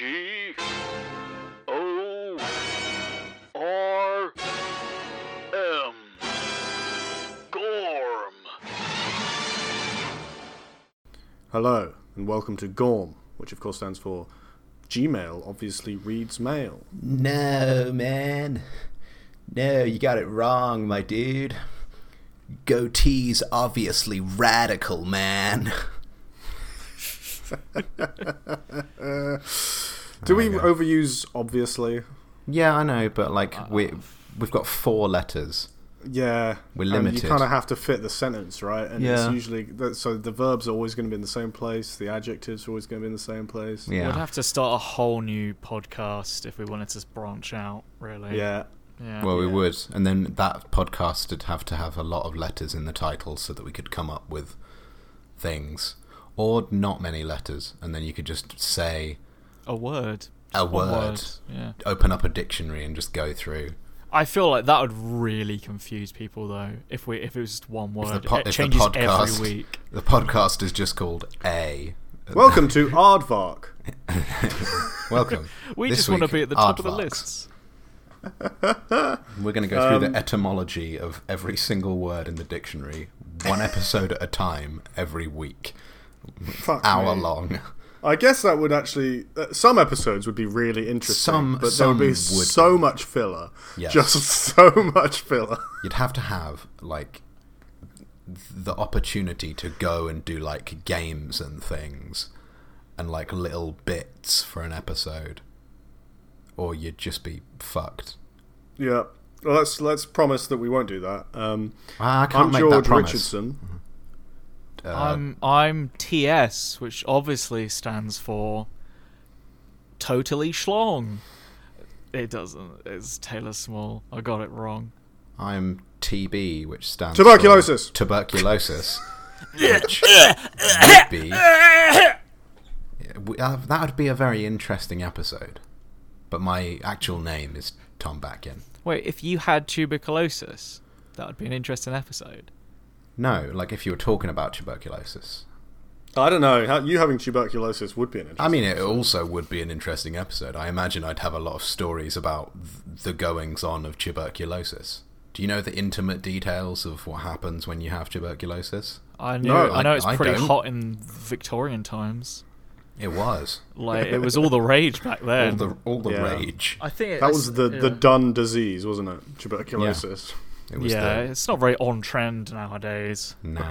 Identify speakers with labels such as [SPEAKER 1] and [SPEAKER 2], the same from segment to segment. [SPEAKER 1] G O R M. Gorm.
[SPEAKER 2] Hello, and welcome to GORM, which of course stands for Gmail, obviously reads mail.
[SPEAKER 3] No, man. No, you got it wrong, my dude. Goatee's obviously radical, man.
[SPEAKER 2] Do
[SPEAKER 3] Ah,
[SPEAKER 2] we overuse obviously?
[SPEAKER 3] Yeah, I know, but like we we've got four letters.
[SPEAKER 2] Yeah.
[SPEAKER 3] We're
[SPEAKER 2] And you
[SPEAKER 3] limited.
[SPEAKER 2] kind of have to fit the sentence, right? And
[SPEAKER 3] Yeah.
[SPEAKER 2] it's usually, that- so the verbs are always going to be in the same place, the adjectives are always going to be in the same place.
[SPEAKER 3] Yeah.
[SPEAKER 4] We'd have to start a whole new podcast if we wanted to branch out, really.
[SPEAKER 2] Yeah.
[SPEAKER 4] Yeah.
[SPEAKER 3] well, we would, and then that podcast would have to have a lot of letters in the title so that we could come up with things, or not many letters, and then you could just say,
[SPEAKER 4] a word.
[SPEAKER 3] A
[SPEAKER 4] Just one
[SPEAKER 3] word.
[SPEAKER 4] Yeah.
[SPEAKER 3] open up a dictionary and just go through.
[SPEAKER 4] I feel like that would really confuse people though. If we if it was just one word,
[SPEAKER 3] the po- if
[SPEAKER 4] it
[SPEAKER 3] the
[SPEAKER 4] changes
[SPEAKER 3] podcast-
[SPEAKER 4] every week.
[SPEAKER 3] The podcast is just called A.
[SPEAKER 2] Welcome to Aardvark.
[SPEAKER 3] Welcome.
[SPEAKER 4] We
[SPEAKER 3] This
[SPEAKER 4] just want to
[SPEAKER 3] week,
[SPEAKER 4] be at the top of the
[SPEAKER 3] aardvarks.
[SPEAKER 4] lists.
[SPEAKER 3] We're going to go
[SPEAKER 2] Um,
[SPEAKER 3] through the etymology of every single word in the dictionary, one episode at a time, every week,
[SPEAKER 2] Fuck
[SPEAKER 3] hour
[SPEAKER 2] me.
[SPEAKER 3] long.
[SPEAKER 2] I guess that would actually uh, some episodes would be really interesting,
[SPEAKER 3] Some-
[SPEAKER 2] but there
[SPEAKER 3] some
[SPEAKER 2] would be
[SPEAKER 3] would
[SPEAKER 2] so much filler,
[SPEAKER 3] Yes.
[SPEAKER 2] just so much filler.
[SPEAKER 3] You'd have to have like the opportunity to go and do like games and things, and like little bits for an episode, or you'd just be fucked.
[SPEAKER 2] yeah. Well, let's let's promise that we won't do that. Um,
[SPEAKER 4] Ah,
[SPEAKER 3] I I can't
[SPEAKER 2] I'm
[SPEAKER 3] make that
[SPEAKER 2] George
[SPEAKER 3] promise.
[SPEAKER 2] Richardson.
[SPEAKER 3] Uh,
[SPEAKER 4] I'm I'm TS, which obviously stands for totally schlong. It doesn't. It's Taylor Small. I got it wrong.
[SPEAKER 3] I'm TB, which stands
[SPEAKER 2] Tuberculosis.
[SPEAKER 3] For tuberculosis. which would be Yeah, we- uh, that would be a very interesting episode. But my actual name is Tom Batkin.
[SPEAKER 4] Wait, if you had tuberculosis, that would be an interesting episode.
[SPEAKER 3] No, like if you were talking about tuberculosis.
[SPEAKER 2] I don't know. How, you having tuberculosis would be an
[SPEAKER 3] I
[SPEAKER 2] interesting.
[SPEAKER 3] mean, it also would be an interesting episode. I imagine I'd have a lot of stories about th- the goings on of tuberculosis. Do you know the intimate details of what happens when you have tuberculosis?
[SPEAKER 4] I knew.
[SPEAKER 2] No,
[SPEAKER 4] I know it's
[SPEAKER 3] I- I
[SPEAKER 4] pretty
[SPEAKER 3] don't.
[SPEAKER 4] hot in Victorian times.
[SPEAKER 3] It was
[SPEAKER 4] Like it was all the rage back
[SPEAKER 3] all
[SPEAKER 4] then.
[SPEAKER 3] the all the
[SPEAKER 2] Yeah.
[SPEAKER 3] rage.
[SPEAKER 4] I think
[SPEAKER 2] that was the the done disease, wasn't it? Tuberculosis.
[SPEAKER 3] It was
[SPEAKER 4] Yeah,
[SPEAKER 3] the
[SPEAKER 4] it's not very on trend nowadays.
[SPEAKER 3] no.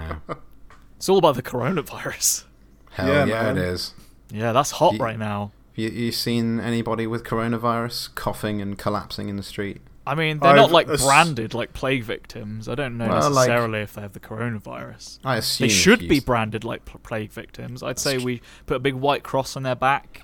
[SPEAKER 4] It's all about the coronavirus.
[SPEAKER 3] Hell
[SPEAKER 2] Yeah,
[SPEAKER 3] yeah,
[SPEAKER 2] man.
[SPEAKER 3] it is.
[SPEAKER 4] Yeah, that's hot
[SPEAKER 3] Ye-
[SPEAKER 4] right now.
[SPEAKER 3] You, you seen anybody with coronavirus coughing and collapsing in the street?
[SPEAKER 4] I mean, they're
[SPEAKER 2] I've
[SPEAKER 4] not like
[SPEAKER 2] ass-
[SPEAKER 4] branded like plague victims. I don't know
[SPEAKER 3] Well, like-
[SPEAKER 4] necessarily if they have the coronavirus.
[SPEAKER 3] I assume
[SPEAKER 4] They should be
[SPEAKER 3] he's-
[SPEAKER 4] branded like pl- plague victims. I'd say
[SPEAKER 3] tr-
[SPEAKER 4] we put a big white cross on their back.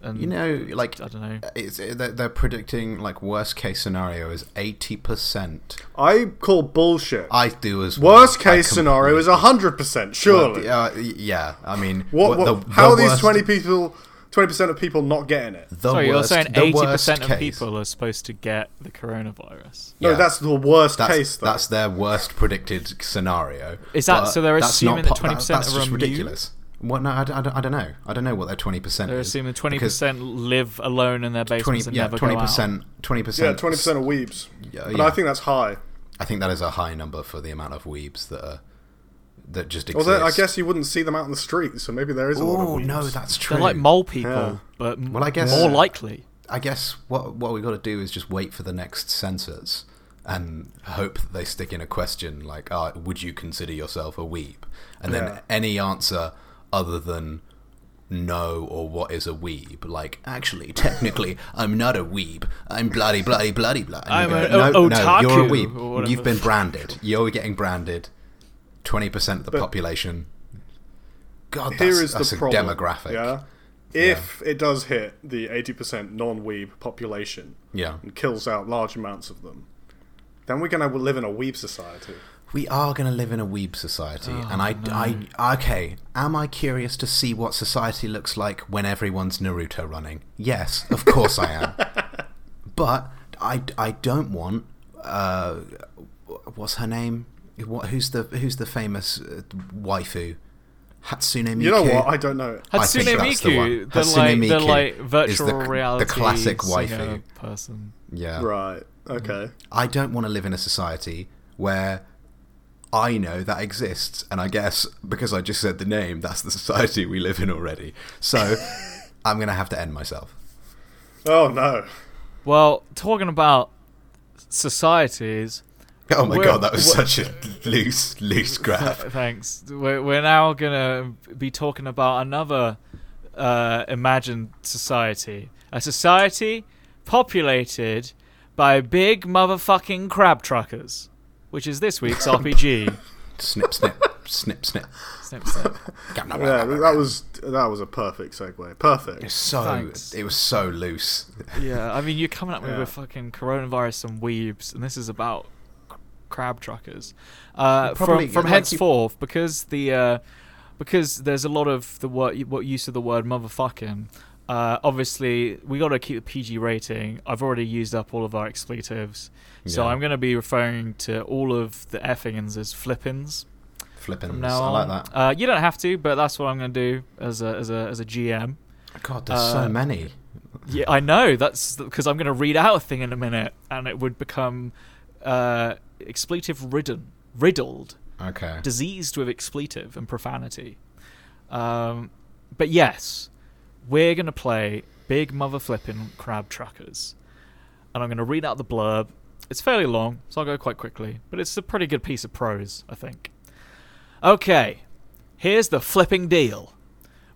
[SPEAKER 4] And
[SPEAKER 3] You know, like
[SPEAKER 4] I don't know.
[SPEAKER 3] it's they're, they're predicting like worst case scenario is eighty percent.
[SPEAKER 2] I call bullshit.
[SPEAKER 3] I do as well.
[SPEAKER 2] Worst
[SPEAKER 3] I
[SPEAKER 2] case
[SPEAKER 3] com-
[SPEAKER 2] scenario is hundred percent.
[SPEAKER 3] But,
[SPEAKER 2] Surely.
[SPEAKER 3] uh, y- yeah, I mean,
[SPEAKER 2] what,
[SPEAKER 3] the-
[SPEAKER 2] what- how
[SPEAKER 3] the
[SPEAKER 2] are these
[SPEAKER 3] worst-
[SPEAKER 2] twenty people, twenty percent of people not getting it?
[SPEAKER 3] The
[SPEAKER 4] So you're
[SPEAKER 3] worst-
[SPEAKER 4] saying
[SPEAKER 3] the
[SPEAKER 4] eighty
[SPEAKER 3] worst
[SPEAKER 4] percent of
[SPEAKER 3] case-
[SPEAKER 4] people are supposed to get the coronavirus?
[SPEAKER 2] No,
[SPEAKER 3] Yeah.
[SPEAKER 2] that's the worst
[SPEAKER 3] That's,
[SPEAKER 2] case. Though.
[SPEAKER 3] that's their worst predicted scenario.
[SPEAKER 4] Is that-
[SPEAKER 3] But
[SPEAKER 4] so they're
[SPEAKER 3] that's
[SPEAKER 4] assuming
[SPEAKER 3] not
[SPEAKER 4] that
[SPEAKER 3] po-
[SPEAKER 4] 20%
[SPEAKER 3] that's
[SPEAKER 4] are
[SPEAKER 3] just
[SPEAKER 4] immune?
[SPEAKER 3] ridiculous. What? No, I, d- I d- I don't know. I don't know what their twenty percent.
[SPEAKER 4] They're
[SPEAKER 3] is,
[SPEAKER 4] assuming twenty
[SPEAKER 3] because
[SPEAKER 4] percent live alone in their
[SPEAKER 3] 20
[SPEAKER 4] basements and
[SPEAKER 3] yeah,
[SPEAKER 4] never
[SPEAKER 3] twenty
[SPEAKER 4] go out.
[SPEAKER 3] percent, twenty percent.
[SPEAKER 2] yeah, twenty percent of weebs.
[SPEAKER 3] Yeah,
[SPEAKER 2] but
[SPEAKER 3] yeah.
[SPEAKER 2] I think that's high.
[SPEAKER 3] I think that is a high number for the amount of weebs that are that just exist.
[SPEAKER 2] Although I guess you wouldn't see them out in the street, so maybe there is a lot
[SPEAKER 3] Oh
[SPEAKER 2] of weebs.
[SPEAKER 3] no, that's true.
[SPEAKER 4] They're like mole people,
[SPEAKER 2] Yeah.
[SPEAKER 4] but m-
[SPEAKER 3] Well, I guess-
[SPEAKER 4] more likely.
[SPEAKER 3] I guess what what we got to do is just wait for the next censors and hope that they stick in a question like, oh, "Would you consider yourself a weeb?" And then
[SPEAKER 2] Yeah.
[SPEAKER 3] any answer other than no or what is a weeb? Like, actually, technically, I'm not a weeb. I'm bloody bloody bloody bloody.
[SPEAKER 4] I'm a
[SPEAKER 3] no, no,
[SPEAKER 4] o-
[SPEAKER 3] you're a
[SPEAKER 4] otaku," or
[SPEAKER 3] weeb.
[SPEAKER 4] whatever.
[SPEAKER 3] You've been branded. You're getting branded. Twenty percent of the population. God, that's,
[SPEAKER 2] Here is
[SPEAKER 3] that's
[SPEAKER 2] the
[SPEAKER 3] a
[SPEAKER 2] problem.
[SPEAKER 3] demographic.
[SPEAKER 2] Yeah, if it does hit the eighty percent non-weeb population
[SPEAKER 3] yeah.
[SPEAKER 2] and kills out large amounts of them, then we're gonna live in a weeb society.
[SPEAKER 3] We are going to live in a weeb society,
[SPEAKER 2] Oh,
[SPEAKER 3] and I, I, okay. Am I curious to see what society looks like when everyone's Naruto running? Yes, of course I am. But I, I don't want. Uh, what's her name? What, who's the Who's the famous uh, waifu? Hatsune Miku.
[SPEAKER 2] You know what? I don't know.
[SPEAKER 3] I think
[SPEAKER 4] Hatsune
[SPEAKER 3] that's the
[SPEAKER 4] Miku,
[SPEAKER 3] one.
[SPEAKER 4] the,
[SPEAKER 3] Hatsune
[SPEAKER 4] like, the
[SPEAKER 3] Miku
[SPEAKER 4] like
[SPEAKER 3] is the
[SPEAKER 4] virtual
[SPEAKER 3] c- the
[SPEAKER 4] reality
[SPEAKER 3] classic
[SPEAKER 4] singer
[SPEAKER 3] waifu.
[SPEAKER 4] person.
[SPEAKER 3] yeah.
[SPEAKER 2] Right.
[SPEAKER 3] Mm-hmm.
[SPEAKER 2] Okay.
[SPEAKER 3] I don't want to live in a society where I know that exists, and I guess because I just said the name, that's the society we live in already. So I'm going to have to end myself.
[SPEAKER 2] Oh no.
[SPEAKER 4] Well, talking about societies,
[SPEAKER 3] Oh my
[SPEAKER 4] We're-
[SPEAKER 3] god, that was
[SPEAKER 4] we're-
[SPEAKER 3] such a loose, loose grab.
[SPEAKER 4] thanks. We're, we're now gonna be talking about another uh, imagined society, a society populated by big motherfucking crab truckers, which is this week's RPG.
[SPEAKER 3] snip, snip, snip, snip.
[SPEAKER 4] Snip, snip.
[SPEAKER 2] Yeah, that was that was a perfect segue. Perfect.
[SPEAKER 3] So
[SPEAKER 4] Thanks.
[SPEAKER 3] it was so loose.
[SPEAKER 4] Yeah, I mean, you're coming at me
[SPEAKER 2] Yeah.
[SPEAKER 4] with fucking coronavirus and weebs, and this is about c- crab truckers. Uh,
[SPEAKER 3] probably-
[SPEAKER 4] from from
[SPEAKER 3] like you-
[SPEAKER 4] henceforth, because the uh, because there's a lot of the word, what use of the word motherfucking. Uh, obviously, we got to keep the PG rating. I've already used up all of our expletives, so
[SPEAKER 3] Yeah.
[SPEAKER 4] I'm going to be referring to all of the effingins as flippins
[SPEAKER 3] Flippin',
[SPEAKER 4] from
[SPEAKER 3] Mm,
[SPEAKER 4] now
[SPEAKER 3] I
[SPEAKER 4] on.
[SPEAKER 3] like that.
[SPEAKER 4] Uh, you don't have to, but that's what I'm going to do as a as a as a GM.
[SPEAKER 3] God, there's
[SPEAKER 4] uh,
[SPEAKER 3] so many.
[SPEAKER 4] Yeah, I know. That's because I'm going to read out a thing in a minute, and it would become uh, expletive ridden, riddled,
[SPEAKER 3] Okay.
[SPEAKER 4] diseased with expletive and profanity. Um, but yes, we're going to play big mother flipping crab truckers, and I'm going to read out the blurb. It's fairly long, so I'll go quite quickly, but it's a pretty good piece of prose, I think. Okay, here's the flipping deal.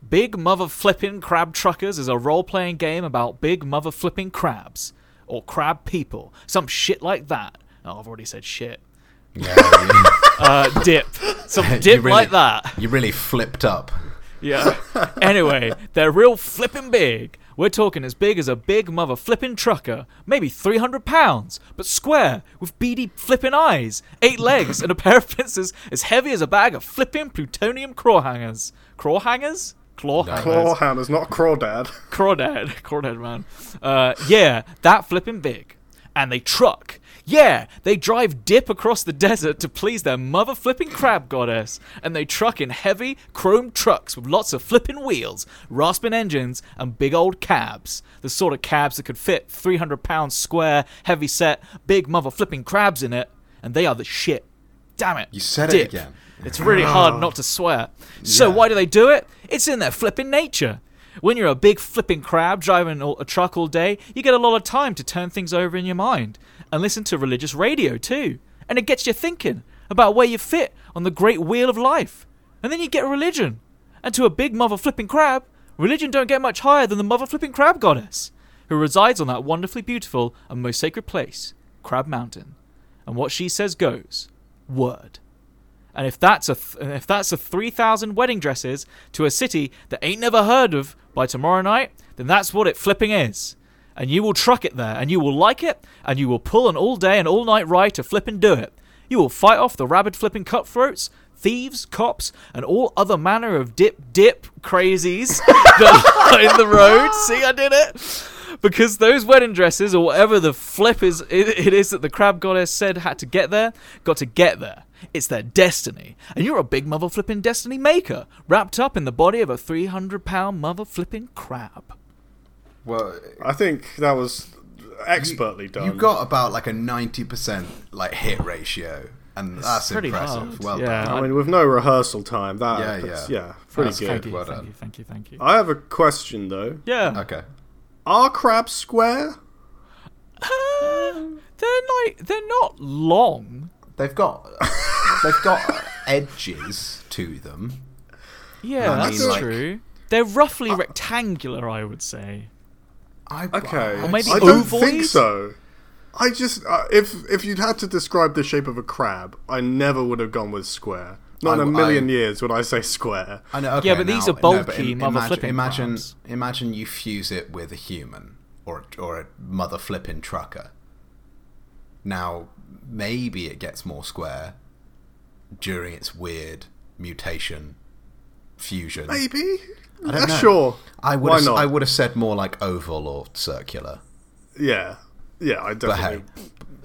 [SPEAKER 4] Big Mother Flippin' Crab Truckers is a role playing game about big mother flipping crabs. Or crab people. Some shit like that. Oh, I've already said shit.
[SPEAKER 3] yeah, you,
[SPEAKER 4] Uh, dip. Some
[SPEAKER 3] You
[SPEAKER 4] dip
[SPEAKER 3] really-
[SPEAKER 4] like that.
[SPEAKER 3] you really flipped up.
[SPEAKER 4] Yeah. anyway, they're real flippin' big. We're talking as big as a big mother flippin' trucker, maybe 300 pounds, but square, with beady flippin' eyes, eight legs, and a pair of pincers as heavy as a bag of flippin' plutonium claw hangers. Claw hangers? Claw hangers.
[SPEAKER 2] Claw hammers, not crawdad.
[SPEAKER 4] Crawdad, Crawdad man. Uh, yeah, that flipping big. And they truck. Yeah, they drive dip across the desert to please their mother flipping crab goddess. And they truck in heavy, chrome trucks with lots of flipping wheels, rasping engines, and big old cabs. The sort of cabs that could fit 300 pound square, heavy set, big mother flipping crabs in it. And they are the shit. Damn it.
[SPEAKER 3] You said it
[SPEAKER 4] Dip.
[SPEAKER 3] again.
[SPEAKER 4] It's really hard not to swear. So
[SPEAKER 3] Yeah.
[SPEAKER 4] why do they do it? It's in their flipping nature. When you're a big flipping crab driving all- a truck all day, you get a lot of time to turn things over in your mind and listen to religious radio too. And it gets you thinking about where you fit on the great wheel of life. And then you get religion. And to a big mother flipping crab, religion don't get much higher than the mother flipping crab goddess, who resides on that wonderfully beautiful and most sacred place, Crab Mountain. And what she says goes. Word. And if that's a th- and if that's a 3,000 wedding dresses to a city that ain't never heard of by tomorrow night, then that's what it flipping is. And you will truck it there, and you will like it, and you will pull an all day and all night ride to flip and do it. You will fight off the rabid flipping cutthroats, thieves, cops, and all other manner of dip dip crazies that line the road. See, I did it because those wedding dresses or whatever the flip is it, it is that the crab goddess said had to get there got to get there it's their destiny and you're a big mother flipping destiny maker wrapped up in the body of a 300 pound mother flipping crab
[SPEAKER 3] Well,
[SPEAKER 2] I think that was expertly done.
[SPEAKER 3] you got about like a 90% like hit ratio, and that's
[SPEAKER 4] pretty
[SPEAKER 3] impressive.
[SPEAKER 4] hard.
[SPEAKER 3] Well
[SPEAKER 4] Yeah.
[SPEAKER 3] done.
[SPEAKER 2] I mean, with no rehersal time, that
[SPEAKER 3] Yeah,
[SPEAKER 2] that's-
[SPEAKER 3] yeah.
[SPEAKER 2] yeah, pretty
[SPEAKER 3] That's
[SPEAKER 2] good.
[SPEAKER 4] thank you,
[SPEAKER 3] well
[SPEAKER 4] thank
[SPEAKER 3] done. Uh,
[SPEAKER 4] you thank you thank you
[SPEAKER 2] I have a question though.
[SPEAKER 4] yeah
[SPEAKER 3] Okay.
[SPEAKER 2] Are crabs square?
[SPEAKER 4] Uh, they're like they're not long
[SPEAKER 3] They've got they've got edges to them.
[SPEAKER 4] yeah
[SPEAKER 3] I mean,
[SPEAKER 4] that's
[SPEAKER 3] like- uh,
[SPEAKER 4] true they're roughly rectangular i would say
[SPEAKER 3] I,
[SPEAKER 2] Okay.
[SPEAKER 3] I-
[SPEAKER 4] maybe
[SPEAKER 2] I don't
[SPEAKER 4] ovoid?
[SPEAKER 2] think so. I just uh, if if you'd had to describe the shape of a crab, I never would have gone with square. Not in
[SPEAKER 3] I-
[SPEAKER 2] a million
[SPEAKER 3] I-
[SPEAKER 2] years would I say square.
[SPEAKER 3] I know, okay,
[SPEAKER 4] Yeah, but these
[SPEAKER 3] now-
[SPEAKER 4] are
[SPEAKER 3] no, but
[SPEAKER 4] bulky
[SPEAKER 3] im-
[SPEAKER 4] mother
[SPEAKER 3] imagine,
[SPEAKER 4] flipping
[SPEAKER 3] imagine,
[SPEAKER 4] crabs.
[SPEAKER 3] imagine you fuse it with a human or or a mother flipping trucker. Now maybe it gets more square during its weird mutation fusion.
[SPEAKER 2] Maybe.
[SPEAKER 3] I don't
[SPEAKER 2] Yeah,
[SPEAKER 3] know.
[SPEAKER 2] Sure.
[SPEAKER 3] I would
[SPEAKER 2] Why
[SPEAKER 3] have,
[SPEAKER 2] not?
[SPEAKER 3] I would have said more like oval or circular.
[SPEAKER 2] Yeah. Yeah. I
[SPEAKER 3] But hey,
[SPEAKER 2] definitely.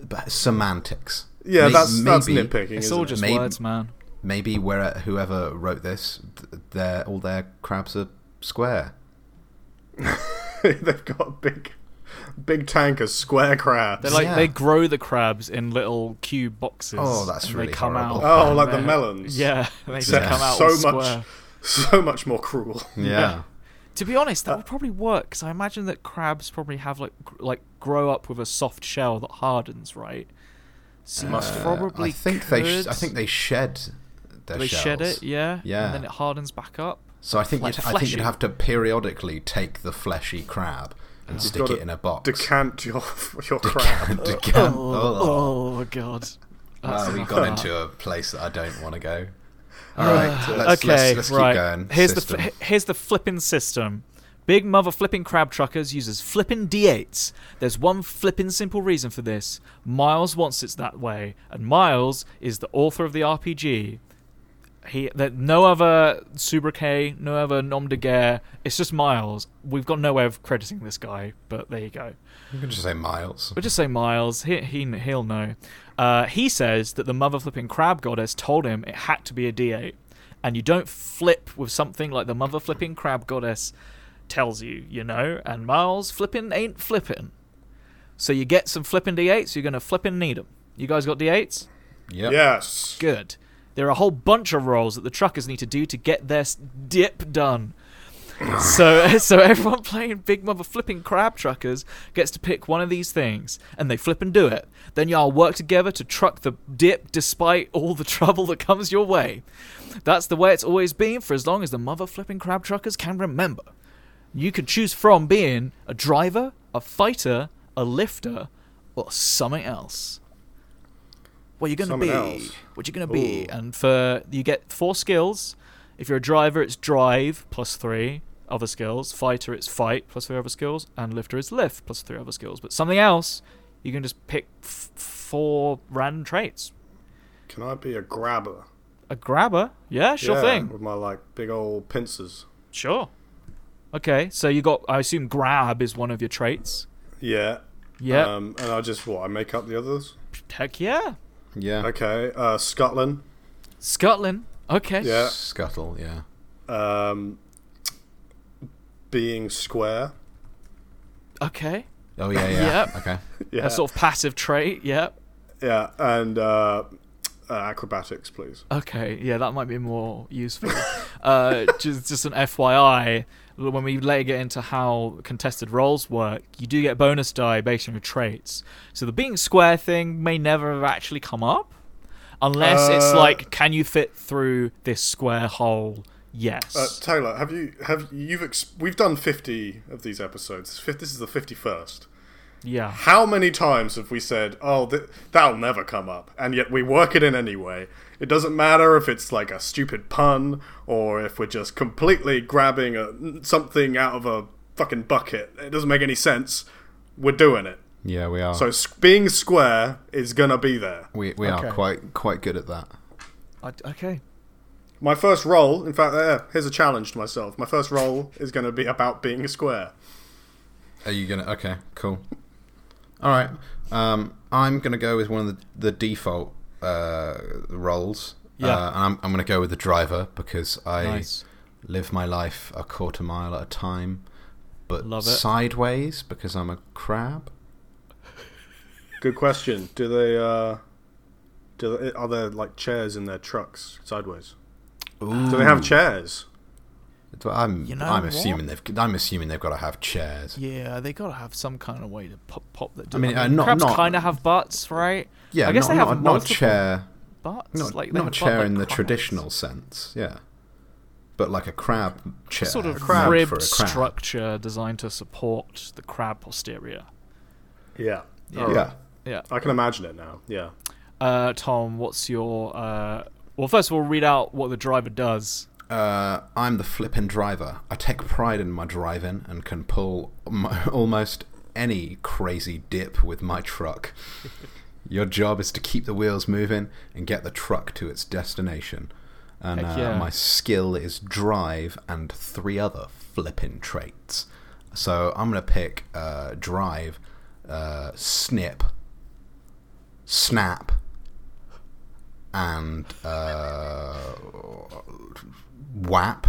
[SPEAKER 3] but semantics.
[SPEAKER 2] yeah,
[SPEAKER 3] May-
[SPEAKER 2] that's that's
[SPEAKER 3] maybe-
[SPEAKER 2] nitpicking.
[SPEAKER 4] it's
[SPEAKER 2] isn't
[SPEAKER 4] all
[SPEAKER 2] it?
[SPEAKER 4] just
[SPEAKER 3] Maybe-
[SPEAKER 4] words man
[SPEAKER 3] Maybe where uh, whoever wrote this, th- their all their crabs are square.
[SPEAKER 2] They've got a big, big tank of square crabs.
[SPEAKER 4] They're like
[SPEAKER 3] Yeah.
[SPEAKER 4] they grow the crabs in little cube boxes.
[SPEAKER 3] Oh, that's
[SPEAKER 4] and
[SPEAKER 3] really
[SPEAKER 4] they come
[SPEAKER 3] horrible.
[SPEAKER 4] out.
[SPEAKER 2] oh, like the
[SPEAKER 4] they're-
[SPEAKER 2] melons.
[SPEAKER 4] Yeah, they just
[SPEAKER 3] Yeah.
[SPEAKER 4] come out
[SPEAKER 2] so
[SPEAKER 4] all
[SPEAKER 2] much,
[SPEAKER 4] square.
[SPEAKER 2] so much more cruel.
[SPEAKER 3] Yeah.
[SPEAKER 4] To be honest,
[SPEAKER 2] Uh.
[SPEAKER 4] that would probably work because I imagine that crabs probably have like gr- like grow up with a soft shell that hardens, right? So you
[SPEAKER 2] Must have.
[SPEAKER 3] uh,
[SPEAKER 4] probably
[SPEAKER 3] I think they. Sh-
[SPEAKER 4] could-
[SPEAKER 3] I think they shed their
[SPEAKER 4] they
[SPEAKER 3] shells.
[SPEAKER 4] shed it, yeah,
[SPEAKER 3] Yeah.
[SPEAKER 4] and then it hardens back up.
[SPEAKER 3] So I think
[SPEAKER 4] Like
[SPEAKER 3] you'd, I think you'd
[SPEAKER 4] fleshy.
[SPEAKER 3] have to periodically take the fleshy crab and stick
[SPEAKER 2] gotta
[SPEAKER 3] it in a box.
[SPEAKER 2] Decant your your crab.
[SPEAKER 3] Decant- oh.
[SPEAKER 4] Oh, god,
[SPEAKER 3] Wow, Uh, we got into a place that I don't want to go. All right, so let's,
[SPEAKER 4] okay,
[SPEAKER 3] let's, let's
[SPEAKER 4] right.
[SPEAKER 3] keep going.
[SPEAKER 4] Here's
[SPEAKER 3] System.
[SPEAKER 4] the fl- here's the flipping system. Big mother flipping crab truckers uses flipping D8s. There's one flipping simple reason for this. Miles wants it that way, and Miles is the author of the RPG. He that no other sobriquet, no other nom de guerre. It's just Miles. We've got no way of crediting this guy, but there you go.
[SPEAKER 3] You can just say miles.
[SPEAKER 4] But just say Miles. He, he he'll know. Uh, he says that the mother flipping crab goddess told him it had to be a D8, and you don't flip with something like the mother flipping crab goddess tells you, you know. And Miles flipping ain't flipping. So you get some flipping D8s. You're gonna flipping need 'em. You guys got D8s?
[SPEAKER 3] Yep.
[SPEAKER 2] yes.
[SPEAKER 4] Good. There are a whole bunch of rolls that the truckers need to do to get their s- dip done. so, so everyone playing Big Mother flipping crab truckers gets to pick one of these things, and they flip and do it. Then y'all work together to truck the dip, despite all the trouble that comes your way. That's the way it's always been for as long as the mother flipping crab truckers can remember. You can choose from being a driver, a fighter, a lifter, or something else. What you gonna
[SPEAKER 2] Something
[SPEAKER 4] be?
[SPEAKER 2] else.
[SPEAKER 4] What you gonna be?
[SPEAKER 2] Ooh.
[SPEAKER 4] And for you get four skills. If you're a driver, it's drive plus three other skills. Fighter, it's fight plus three other skills, and lifter is lift plus three other skills. But something else, you can just pick f- four random traits.
[SPEAKER 2] Can I be a grabber?
[SPEAKER 4] A grabber, yeah, sure
[SPEAKER 2] yeah,
[SPEAKER 4] thing.
[SPEAKER 2] With my like big old pincers.
[SPEAKER 4] Sure. Okay, so you got. I assume grab is one of your traits.
[SPEAKER 2] Yeah.
[SPEAKER 4] Yeah.
[SPEAKER 2] Um, and I just what I make up the others.
[SPEAKER 4] Heck yeah.
[SPEAKER 3] Yeah.
[SPEAKER 2] Okay. Uh, Scotland.
[SPEAKER 4] Scotland. Okay.
[SPEAKER 2] Yeah.
[SPEAKER 3] Scuttle. Yeah.
[SPEAKER 2] Um, being square.
[SPEAKER 4] Okay.
[SPEAKER 3] Oh yeah. Yeah.
[SPEAKER 4] Yep.
[SPEAKER 3] Okay.
[SPEAKER 2] Yeah.
[SPEAKER 4] A sort of passive trait. Yeah.
[SPEAKER 2] Yeah. And uh, uh, acrobatics, please.
[SPEAKER 4] Okay. Yeah, that might be more useful. uh, just just an FYI, when we later get into how contested roles work, you do get bonus die based on your traits. So the being square thing may never have actually come up, unless it's
[SPEAKER 2] Uh,
[SPEAKER 4] like, can you fit through this square hole? Yes.
[SPEAKER 2] Uh, Taylor, have you have you've ex- we've done fifty of these episodes. Fif- This is the fifty-first.
[SPEAKER 4] yeah.
[SPEAKER 2] How many times have we said, "Oh, th- that'll never come up," and yet we work it in anyway? It doesn't matter if it's like a stupid pun or if we're just completely grabbing a, something out of a fucking bucket. It doesn't make any sense. We're doing it.
[SPEAKER 3] Yeah. We are.
[SPEAKER 2] So s- being square is gonna be there.
[SPEAKER 3] we we are quite quite good at that.
[SPEAKER 4] I, okay.
[SPEAKER 2] My first role, in fact, there, here's a challenge to myself. My first role is gonna be about being square.
[SPEAKER 3] Are you gonna? Okay. Cool. All right. Um, I'm gonna go with one of the, the default uh, roles.
[SPEAKER 4] Yeah.
[SPEAKER 3] Uh, and I'm I'm gonna go with the driver because I
[SPEAKER 4] Nice.
[SPEAKER 3] live my life a quarter mile at a time, but
[SPEAKER 4] Love it.
[SPEAKER 3] sideways because I'm a crab.
[SPEAKER 2] Good question. Do they? Uh, do they, are there like chairs in their trucks sideways? Do they have chairs?
[SPEAKER 3] But I'm
[SPEAKER 4] You know
[SPEAKER 3] I'm
[SPEAKER 4] what?
[SPEAKER 3] assuming they've I'm assuming they've got to have chairs.
[SPEAKER 4] Yeah, they gotta have some kind of way to pop pop that.
[SPEAKER 3] I mean, uh, not-
[SPEAKER 4] crabs
[SPEAKER 3] not-
[SPEAKER 4] kind of have butts, right?
[SPEAKER 3] Yeah,
[SPEAKER 4] I guess
[SPEAKER 3] not,
[SPEAKER 4] they have
[SPEAKER 3] not, not a
[SPEAKER 4] multiple
[SPEAKER 3] chair,
[SPEAKER 4] butts,
[SPEAKER 3] not,
[SPEAKER 4] like they
[SPEAKER 3] not a
[SPEAKER 4] have butt
[SPEAKER 3] chair
[SPEAKER 4] like
[SPEAKER 3] in the
[SPEAKER 4] crabs.
[SPEAKER 3] traditional sense. Yeah, but like a crab chair,
[SPEAKER 4] sort of
[SPEAKER 3] crab
[SPEAKER 4] ribbed
[SPEAKER 3] for a crab.
[SPEAKER 4] structure designed to support the crab posterior.
[SPEAKER 2] Yeah.
[SPEAKER 3] Yeah,
[SPEAKER 4] Yeah.
[SPEAKER 2] I can imagine it now. Yeah.
[SPEAKER 4] Uh, Tom, what's your? Uh, well, first of all, read out what the driver does.
[SPEAKER 3] uh, I'm the flippin' driver. I take pride in my driving and can pull my, almost any crazy dip with my truck. Your job is to keep the wheels moving and get the truck to its destination. And
[SPEAKER 4] Heck
[SPEAKER 3] uh,
[SPEAKER 4] yeah.
[SPEAKER 3] my skill is drive and three other flippin' traits. So I'm going to pick uh, drive, uh, snip, snap, and uh, WAP.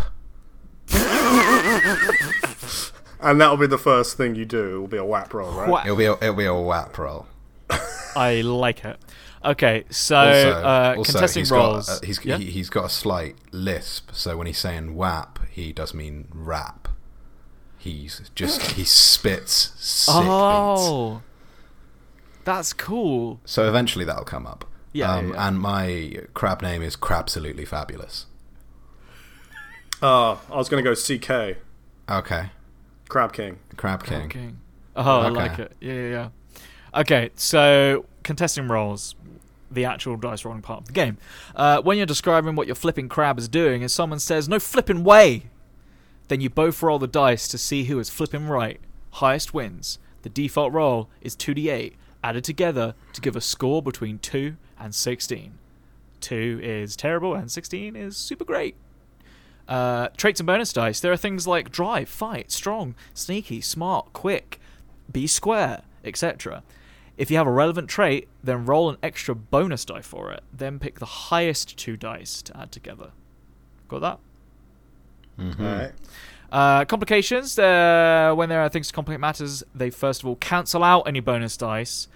[SPEAKER 2] And that'll be the first thing you do. It will be a whap roll, right?
[SPEAKER 4] Wha-
[SPEAKER 3] It'll be a, it'll be a WAP roll.
[SPEAKER 4] I like it. Okay, so
[SPEAKER 3] Also,
[SPEAKER 4] uh,
[SPEAKER 3] also
[SPEAKER 4] contesting
[SPEAKER 3] he's
[SPEAKER 4] roles.
[SPEAKER 3] Got, uh, he's,
[SPEAKER 4] Yeah?
[SPEAKER 3] he, he's got a slight lisp, so when he's saying WAP, he does mean rap. He's just he spits sick beats.
[SPEAKER 4] oh, that's cool.
[SPEAKER 3] So eventually that'll come up.
[SPEAKER 4] Yeah,
[SPEAKER 3] Um,
[SPEAKER 4] yeah, yeah.
[SPEAKER 3] And my crab name is Crabsolutely Fabulous.
[SPEAKER 2] Oh, I was going to go CK,
[SPEAKER 3] Okay.
[SPEAKER 2] Crab King.
[SPEAKER 3] Crab King.
[SPEAKER 4] Okay. Oh, I
[SPEAKER 3] Okay.
[SPEAKER 4] like it. Yeah, yeah, yeah. Okay, so contesting rolls, the actual dice rolling part of the game. Uh, when you're describing what your flipping crab is doing, and someone says, no flipping way, then you both roll the dice to see who is flipping right. Highest wins. The default roll is 2d8, added together to give a score between 2 and 16. 2 is terrible, and 16 is super great. Uh, traits and bonus dice. There are things like drive, fight, strong, sneaky, smart, quick, be square, etc. If you have a relevant trait, then roll an extra bonus die for it. Then pick the highest two dice to add together. Got that?
[SPEAKER 3] Mm-hmm. Hmm.
[SPEAKER 2] All right.
[SPEAKER 4] Uh, complications. Uh, when there are things to complicate matters, they first of all cancel out any bonus dice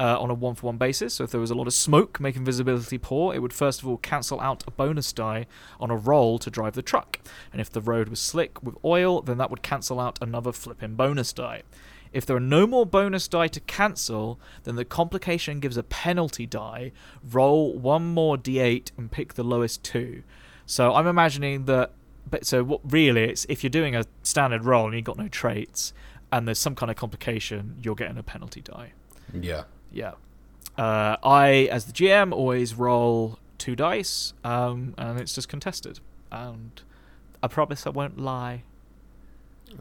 [SPEAKER 4] uh, on a one for one basis. So if there was a lot of smoke making visibility poor, it would first of all cancel out a bonus die on a roll to drive the truck. And if the road was slick with oil, then that would cancel out another flipping bonus die. If there are no more bonus die to cancel, then the complication gives a penalty die. Roll one more d8 and pick the lowest two. So I'm imagining that but so what really it's if you're doing a standard roll and you've got no traits and there's some kind of complication, you're getting a penalty die.
[SPEAKER 3] Yeah.
[SPEAKER 4] Yeah. Uh, I, as the GM, always roll two dice, um, and it's just contested. And I promise I won't lie.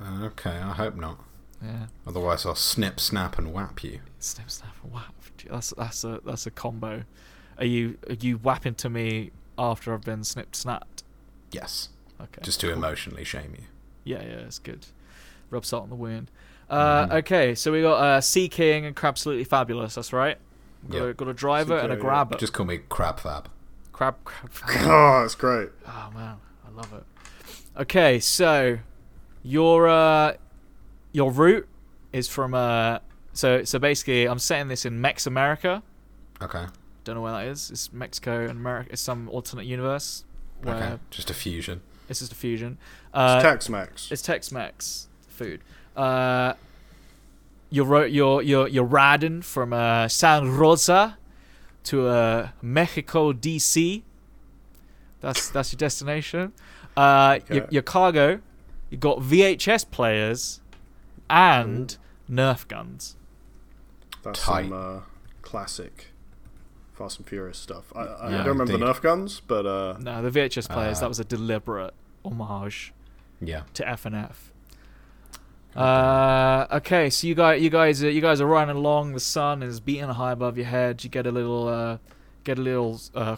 [SPEAKER 3] Okay. I hope not.
[SPEAKER 4] Yeah.
[SPEAKER 3] Otherwise, I'll snip, snap, and whap you.
[SPEAKER 4] Snap, snap, whap. That's that's a that's a combo. Are you are you whapping to me after I've been snipped, snapped?
[SPEAKER 3] Yes.
[SPEAKER 4] Okay.
[SPEAKER 3] Just to emotionally shame you.
[SPEAKER 4] Yeah, yeah, it's good. Rub salt on the wound. Uh,
[SPEAKER 3] Mm-hmm.
[SPEAKER 4] Okay, so we got uh, Sea King and Crabsolutely Fabulous. That's right. Got,
[SPEAKER 3] Yeah.
[SPEAKER 4] a, got a driver and a
[SPEAKER 2] CK, yeah.
[SPEAKER 4] grabber.
[SPEAKER 3] Just call me Crab Fab.
[SPEAKER 4] crab, crab.
[SPEAKER 2] Oh, that's great.
[SPEAKER 4] oh man, I love it. Okay, so your uh, your route is from uh, so so basically I'm setting this in Mex America.
[SPEAKER 3] Okay.
[SPEAKER 4] Don't know where that is. It's Mexico and America. It's some alternate universe where
[SPEAKER 3] Okay. Just a fusion.
[SPEAKER 4] it's just a fusion. Uh,
[SPEAKER 2] Tex Mex.
[SPEAKER 4] It's Tex-Mex food. Uh, you're ro- you're you're you're riding from uh, San Rosa to uh, Mexico DC. That's that's your destination. Uh, your,
[SPEAKER 2] Okay.
[SPEAKER 4] your cargo. You got VHS players and Nerf guns.
[SPEAKER 2] That's
[SPEAKER 3] tight.
[SPEAKER 2] some uh, classic Fast and Furious stuff. I, I,
[SPEAKER 3] Yeah,
[SPEAKER 2] don't remember the
[SPEAKER 3] indeed.
[SPEAKER 2] Nerf guns, but uh,
[SPEAKER 4] No, the VHS players.
[SPEAKER 3] Uh,
[SPEAKER 4] that was a deliberate homage.
[SPEAKER 3] Yeah.
[SPEAKER 4] to F and F. Uh, okay, so you guys, you guys, are, you guys are running along. The sun is beating high above your head. You get a little, uh, get a little uh,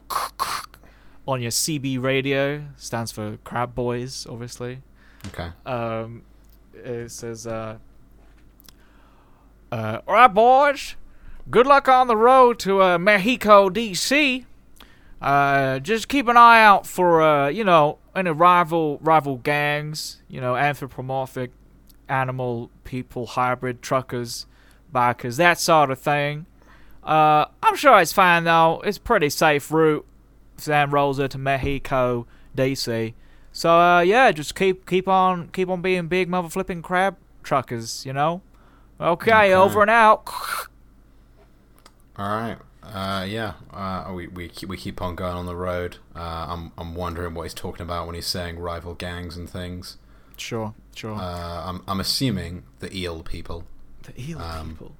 [SPEAKER 4] on your CB radio. Stands for Crab Boys, obviously.
[SPEAKER 3] Okay.
[SPEAKER 4] Um, it says, uh, uh, "All right, boys, good luck on the road to uh, Mexico, D.C. Uh, just keep an eye out for uh, you know any rival rival gangs, you know anthropomorphic animal people, hybrid truckers, bikers, that sort of thing. Uh, I'm sure it's fine though. It's a pretty safe route, San Rosa to Mexico, D.C. So uh, yeah, just keep keep on keep on being big mother flipping crab truckers, you know. Okay, over and out.
[SPEAKER 3] All right. Uh, yeah. Uh, we, we ke- we keep on going on the road. Uh, I'm I'm wondering what he's talking about when he's saying rival gangs and things.
[SPEAKER 4] Sure, sure.
[SPEAKER 3] Uh, I'm I'm assuming the eel people,
[SPEAKER 4] the eel people,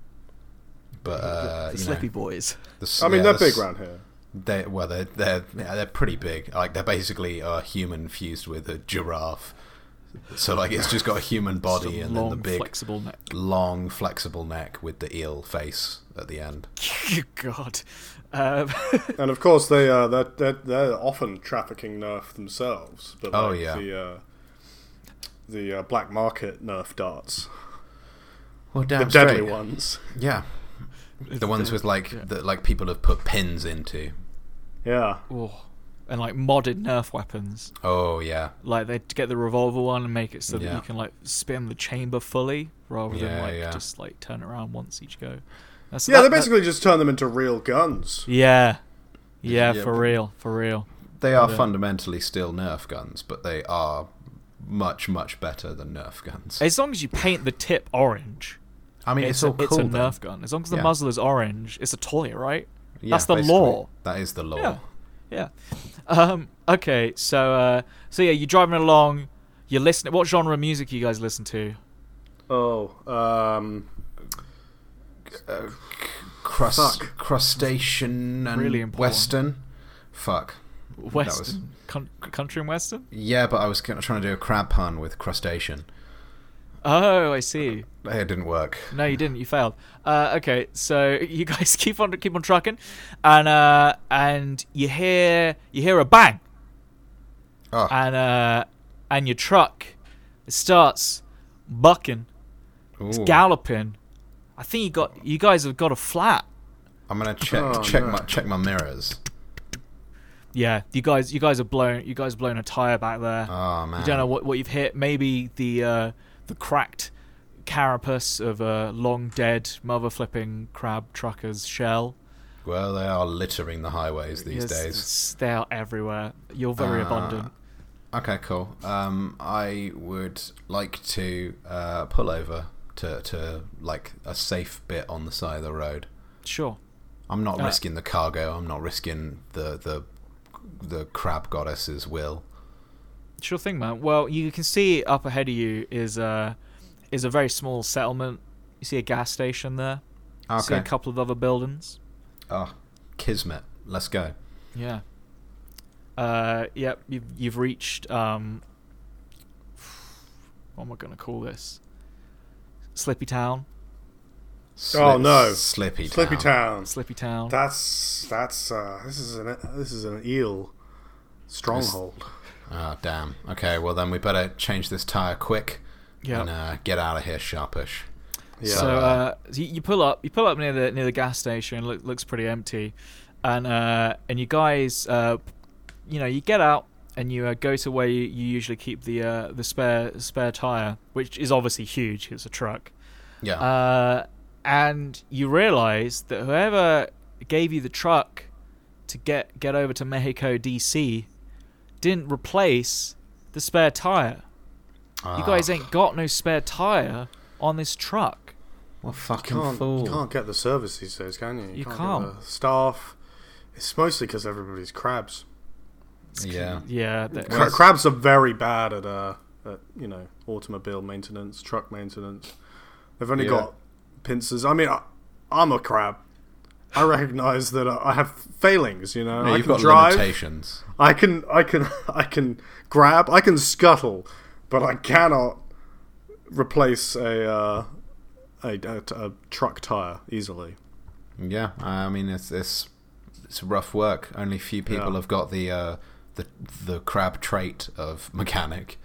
[SPEAKER 3] but um, uh, you
[SPEAKER 4] the
[SPEAKER 3] know,
[SPEAKER 4] slippy boys.
[SPEAKER 3] the s-
[SPEAKER 2] I mean,
[SPEAKER 3] yeah, the
[SPEAKER 2] they're big
[SPEAKER 3] s-
[SPEAKER 2] round here.
[SPEAKER 3] They well, they're they're yeah, they're pretty big. Like they're basically a human fused with a giraffe. So like it's just got a human
[SPEAKER 4] Just
[SPEAKER 3] body
[SPEAKER 4] a
[SPEAKER 3] and
[SPEAKER 4] long,
[SPEAKER 3] then the big
[SPEAKER 4] flexible neck.
[SPEAKER 3] long flexible neck with the eel face at the end.
[SPEAKER 4] God. Um,
[SPEAKER 2] And of course, they uh, they're, they're, they're often trafficking Nerf themselves. But
[SPEAKER 3] Oh,
[SPEAKER 2] like,
[SPEAKER 3] yeah.
[SPEAKER 2] the uh, the uh, black market Nerf darts,
[SPEAKER 3] Well,
[SPEAKER 2] the
[SPEAKER 3] damn
[SPEAKER 2] deadly ones.
[SPEAKER 3] Yeah, the ones with like that like people have put pins into.
[SPEAKER 2] Yeah.
[SPEAKER 4] Oh, and like modded Nerf weapons.
[SPEAKER 3] Oh yeah,
[SPEAKER 4] Like they get the revolver one and make it so that
[SPEAKER 3] Yeah.
[SPEAKER 4] you can like spin the chamber fully rather than
[SPEAKER 3] Yeah,
[SPEAKER 4] like
[SPEAKER 3] yeah.
[SPEAKER 4] just like turn around once each go. That's
[SPEAKER 2] Yeah,
[SPEAKER 4] that-
[SPEAKER 2] they
[SPEAKER 4] that-
[SPEAKER 2] basically just turn them into real guns.
[SPEAKER 4] Yeah. Yeah,
[SPEAKER 2] Yep.
[SPEAKER 4] for real, for real.
[SPEAKER 3] they are fundamentally still Nerf guns, but they are much much better than Nerf guns.
[SPEAKER 4] As long as you paint the tip orange,
[SPEAKER 3] I mean, it's,
[SPEAKER 4] a,
[SPEAKER 3] all cool.
[SPEAKER 4] it's a
[SPEAKER 3] then.
[SPEAKER 4] Nerf gun. As long as the
[SPEAKER 3] Yeah.
[SPEAKER 4] muzzle is orange, it's a toy, right?
[SPEAKER 3] Yeah,
[SPEAKER 4] That's the
[SPEAKER 3] basically.
[SPEAKER 4] law.
[SPEAKER 3] That is the law.
[SPEAKER 4] Yeah, yeah. Um, okay, so uh, so yeah, you're driving along. You're listening. What genre of music you guys listen to?
[SPEAKER 2] Oh, um,
[SPEAKER 3] Crust,
[SPEAKER 2] Fuck.
[SPEAKER 3] crustacean and
[SPEAKER 4] Really important.
[SPEAKER 3] western. Fuck.
[SPEAKER 4] Western,
[SPEAKER 3] was-
[SPEAKER 4] con- country and western.
[SPEAKER 3] Yeah, but I was kinda trying to do a crab pun with crustacean.
[SPEAKER 4] Oh, I see.
[SPEAKER 3] It didn't work.
[SPEAKER 4] No, you didn't. You failed. Uh, okay, so you guys keep on keep on trucking, and uh, and you hear you hear a bang,
[SPEAKER 3] Oh,
[SPEAKER 4] and uh, and your truck starts bucking,
[SPEAKER 3] ooh.
[SPEAKER 4] galloping. I think you got you guys have got a flat.
[SPEAKER 3] I'm gonna check
[SPEAKER 2] Oh,
[SPEAKER 3] check
[SPEAKER 2] no.
[SPEAKER 3] my check my mirrors.
[SPEAKER 4] Yeah, you guys, you guys are blown. You guys blown a tire back there.
[SPEAKER 3] Oh man.
[SPEAKER 4] you don't know what, what you've hit. Maybe the uh, the cracked carapace of a long dead mother flipping crab trucker's shell.
[SPEAKER 3] Well, they are littering the highways these
[SPEAKER 4] Yes,
[SPEAKER 3] days.
[SPEAKER 4] it's- they are everywhere. You're very
[SPEAKER 3] Uh,
[SPEAKER 4] abundant.
[SPEAKER 3] Okay, cool. Um, I would like to uh, pull over to to like a safe bit on the side of the road.
[SPEAKER 4] Sure.
[SPEAKER 3] I'm not
[SPEAKER 4] Uh,
[SPEAKER 3] risking the cargo. I'm not risking the the the crab goddess's will.
[SPEAKER 4] Sure thing, man. Well, you can see up ahead of you is a is a very small settlement. You see a gas station there. You see a
[SPEAKER 3] Okay.
[SPEAKER 4] couple of other buildings.
[SPEAKER 3] Ah, kismet. Let's go.
[SPEAKER 4] Oh, Yeah. Uh, yep. You've you've reached um. What am I gonna call this? Slippy Town.
[SPEAKER 2] Oh,
[SPEAKER 3] Sli-
[SPEAKER 2] no.
[SPEAKER 3] Slippy town.
[SPEAKER 2] Slippy Town.
[SPEAKER 4] Slippy Town.
[SPEAKER 2] That's that's uh, this is an this is an eel stronghold.
[SPEAKER 3] Ah, damn. Okay, well then we better change this tire quick
[SPEAKER 4] yeah.
[SPEAKER 3] and uh, get out of here sharpish.
[SPEAKER 2] Yeah.
[SPEAKER 4] So
[SPEAKER 3] uh,
[SPEAKER 4] uh, so you you pull up, you pull up near the near the gas station. Look, looks pretty empty, and uh, and you guys, uh, you know, you get out and you uh, go to where you, you usually keep the uh, the spare spare tire, which is obviously huge. It's a truck,
[SPEAKER 3] Yeah.
[SPEAKER 4] uh, and you realize that whoever gave you the truck to get get over to Mexico DC didn't replace the spare tire. You
[SPEAKER 3] Ah,
[SPEAKER 4] guys ain't got no spare tire on this truck.
[SPEAKER 3] what a fucking
[SPEAKER 2] can't
[SPEAKER 3] fool.
[SPEAKER 2] you can't get the service these days, can you?
[SPEAKER 4] You
[SPEAKER 2] Get
[SPEAKER 4] can't.
[SPEAKER 2] the staff. It's mostly because everybody's crabs.
[SPEAKER 3] Yeah.
[SPEAKER 4] Yeah, that,
[SPEAKER 2] Cra- crabs are very bad at uh, at you know automobile maintenance, truck maintenance. They've only
[SPEAKER 3] Yeah.
[SPEAKER 2] got pincers. I mean, I, I'm a crab. I recognize that I I have failings. You know,
[SPEAKER 3] No,
[SPEAKER 2] I
[SPEAKER 3] you've
[SPEAKER 2] can
[SPEAKER 3] got
[SPEAKER 2] drive.
[SPEAKER 3] limitations.
[SPEAKER 2] I can, I can, I can grab. I can scuttle, but I cannot replace a uh, a, a, a truck tire easily.
[SPEAKER 3] Yeah, I mean it's it's it's rough work. Only few people
[SPEAKER 2] Yeah.
[SPEAKER 3] have got the uh, the the crab trait of mechanic.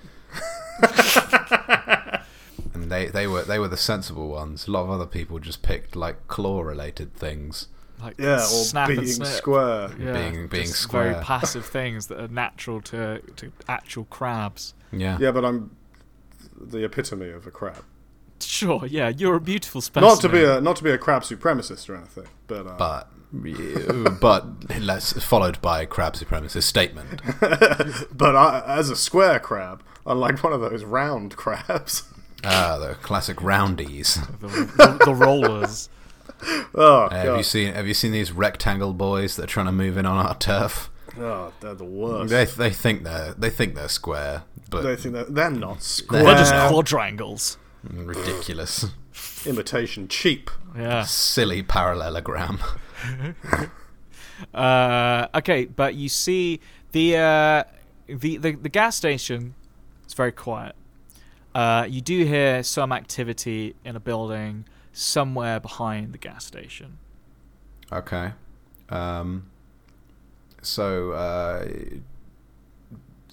[SPEAKER 3] and they, they were they were the sensible ones. A lot of other people just picked like claw related things.
[SPEAKER 4] like
[SPEAKER 2] Yeah, or
[SPEAKER 4] snap
[SPEAKER 2] being
[SPEAKER 4] and snip.
[SPEAKER 2] square.
[SPEAKER 4] Yeah,
[SPEAKER 3] Being- being
[SPEAKER 4] just
[SPEAKER 3] square.
[SPEAKER 4] Very passive things that are natural to to actual crabs.
[SPEAKER 3] Yeah.
[SPEAKER 2] Yeah, but I'm the epitome of a crab.
[SPEAKER 4] Sure, yeah, you're a beautiful specimen.
[SPEAKER 2] Not to be a not to be a crab supremacist or anything, but, uh,
[SPEAKER 3] But but let's followed by a crab supremacist statement.
[SPEAKER 2] but I, as a square crab, unlike one of those round crabs.
[SPEAKER 3] Ah, the classic roundies. Uh,
[SPEAKER 4] the, the, the rollers.
[SPEAKER 2] oh
[SPEAKER 3] Have you
[SPEAKER 2] god,
[SPEAKER 3] seen have you seen these rectangle boys that are trying to move in on our turf?
[SPEAKER 2] oh, they're the worst.
[SPEAKER 3] They
[SPEAKER 2] They,
[SPEAKER 3] they think they're they think they're square, but
[SPEAKER 2] think they're, they're not square.
[SPEAKER 4] They're just quadrangles.
[SPEAKER 3] ridiculous,
[SPEAKER 2] imitation cheap.
[SPEAKER 4] Yeah.
[SPEAKER 3] silly parallelogram.
[SPEAKER 4] Uh, okay, but you see the uh, the, the the gas station. It's very quiet. Uh, you do hear some activity in a building somewhere behind the gas station.
[SPEAKER 3] Okay, um, so uh,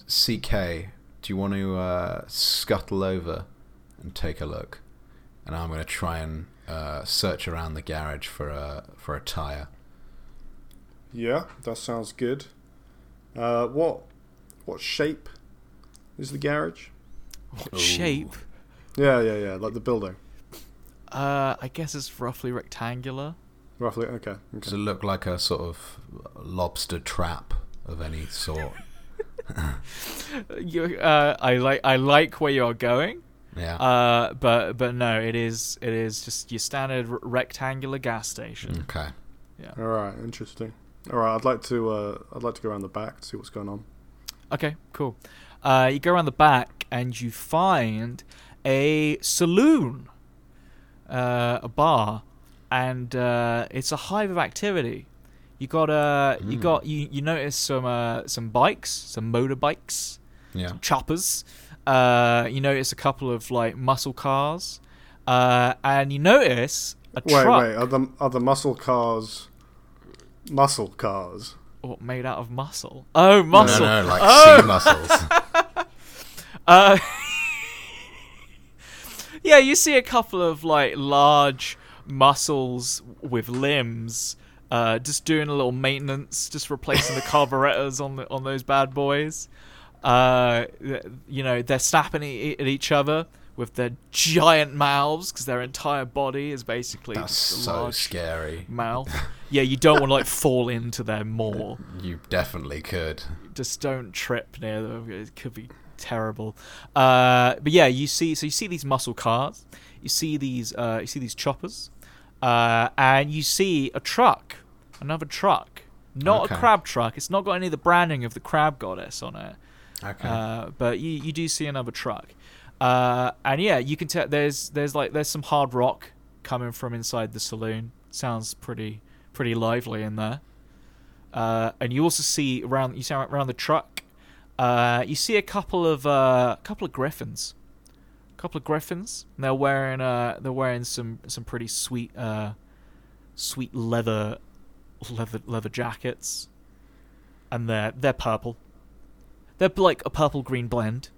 [SPEAKER 3] CK, do you want to uh, scuttle over and take a look? And I'm going to try and uh, search around the garage for a for a tire.
[SPEAKER 2] Yeah, that sounds good. Uh, what what shape is the garage?
[SPEAKER 4] What shape?
[SPEAKER 2] Yeah, yeah, yeah, like the building.
[SPEAKER 4] Uh, I guess it's roughly rectangular.
[SPEAKER 2] Roughly, okay. okay.
[SPEAKER 3] Does it look like a sort of lobster trap of any sort?
[SPEAKER 4] Uh, You, uh, I like I like where you are going.
[SPEAKER 3] Yeah.
[SPEAKER 4] Uh, but but no, it is it is just your standard r- rectangular gas station.
[SPEAKER 3] okay.
[SPEAKER 2] All right, interesting. All right, I'd like to uh, I'd like to go around the back to see what's going on.
[SPEAKER 4] Okay, cool. Uh, you go around the back and you find a saloon, uh, a bar, and uh, it's a hive of activity. You got uh, you
[SPEAKER 3] Hmm.
[SPEAKER 4] got you, you notice some uh, some bikes, some motorbikes.
[SPEAKER 3] Yeah.
[SPEAKER 4] choppers. Uh, you notice a couple of like muscle cars, uh, and you notice a
[SPEAKER 2] Wait, uh
[SPEAKER 4] truck
[SPEAKER 2] wait, are the are the muscle cars muscle cars?
[SPEAKER 4] oh, made out of muscle. Oh, muscle!
[SPEAKER 3] No,
[SPEAKER 4] Oh!
[SPEAKER 3] no, like sea mussels.
[SPEAKER 4] Uh, yeah, you see a couple of like large muscles with limbs, uh, just doing a little maintenance, just replacing the carburetors on the, on those bad boys. Uh, th- you know, they're snapping e- at each other with their giant mouths because their entire body is basically
[SPEAKER 3] That's
[SPEAKER 4] just a
[SPEAKER 3] so
[SPEAKER 4] large
[SPEAKER 3] scary.
[SPEAKER 4] mouth. Yeah, you don't want to like fall into their maw
[SPEAKER 3] You definitely could.
[SPEAKER 4] just don't trip near them. It could be terrible. Uh, but yeah, you see, so you see these muscle cars, you see these, uh, you see these choppers, uh, and you see a truck, another truck, not
[SPEAKER 3] Okay.
[SPEAKER 4] a crab truck. It's not got any of the branding of the crab goddess on it,
[SPEAKER 3] Okay.
[SPEAKER 4] uh, but you you do see another truck, uh, and yeah, you can tell there's there's like there's some hard rock coming from inside the saloon. Sounds pretty pretty lively in there. Uh, and you also see around you see around the truck, uh, you see a couple of uh, couple of griffins, couple of griffins. And they're wearing uh, they're wearing some some pretty sweet uh, sweet leather leather leather jackets, and they're they're purple. They're like a purple green blend.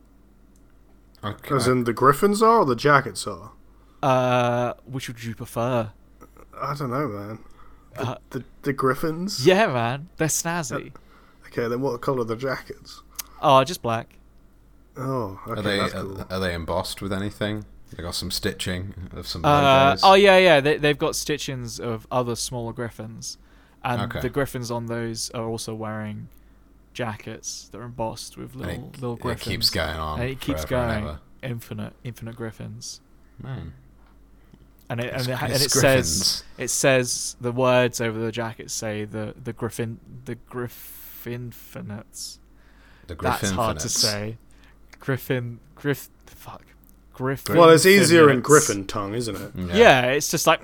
[SPEAKER 3] okay.
[SPEAKER 2] As in the griffins are or the jackets are?
[SPEAKER 4] Uh, which would you prefer?
[SPEAKER 2] I don't know, man. The,
[SPEAKER 4] Uh,
[SPEAKER 2] the, the griffins?
[SPEAKER 4] Yeah, man, they're snazzy.
[SPEAKER 2] Okay, then what colour are the jackets?
[SPEAKER 4] Oh, just black.
[SPEAKER 2] Oh, okay,
[SPEAKER 3] are they uh,
[SPEAKER 2] that's
[SPEAKER 3] are-
[SPEAKER 2] cool.
[SPEAKER 3] are, they embossed with anything? They got some stitching of some
[SPEAKER 4] Uh,
[SPEAKER 3] logos.
[SPEAKER 4] oh yeah, yeah. They, they've got stitchings of other smaller griffins, and
[SPEAKER 3] Okay.
[SPEAKER 4] the griffins on those are also wearing jackets that are embossed with
[SPEAKER 3] And
[SPEAKER 4] little
[SPEAKER 3] it,
[SPEAKER 4] little
[SPEAKER 3] it
[SPEAKER 4] griffins.
[SPEAKER 3] keeps going on.
[SPEAKER 4] And it keeps
[SPEAKER 3] forever and
[SPEAKER 4] going.
[SPEAKER 3] ever.
[SPEAKER 4] Infinite, infinite griffins.
[SPEAKER 3] Man.
[SPEAKER 4] And it and
[SPEAKER 3] It's-
[SPEAKER 4] it, ha- and
[SPEAKER 3] it's
[SPEAKER 4] it
[SPEAKER 3] griffins.
[SPEAKER 4] says it says the words over the jackets say the the griffin the griffinfinites.
[SPEAKER 3] The griffin
[SPEAKER 4] That's hard to say. Griffin griff fuck griffin.
[SPEAKER 2] well, it's easier in griffin tongue, isn't it?
[SPEAKER 4] Yeah, it's just like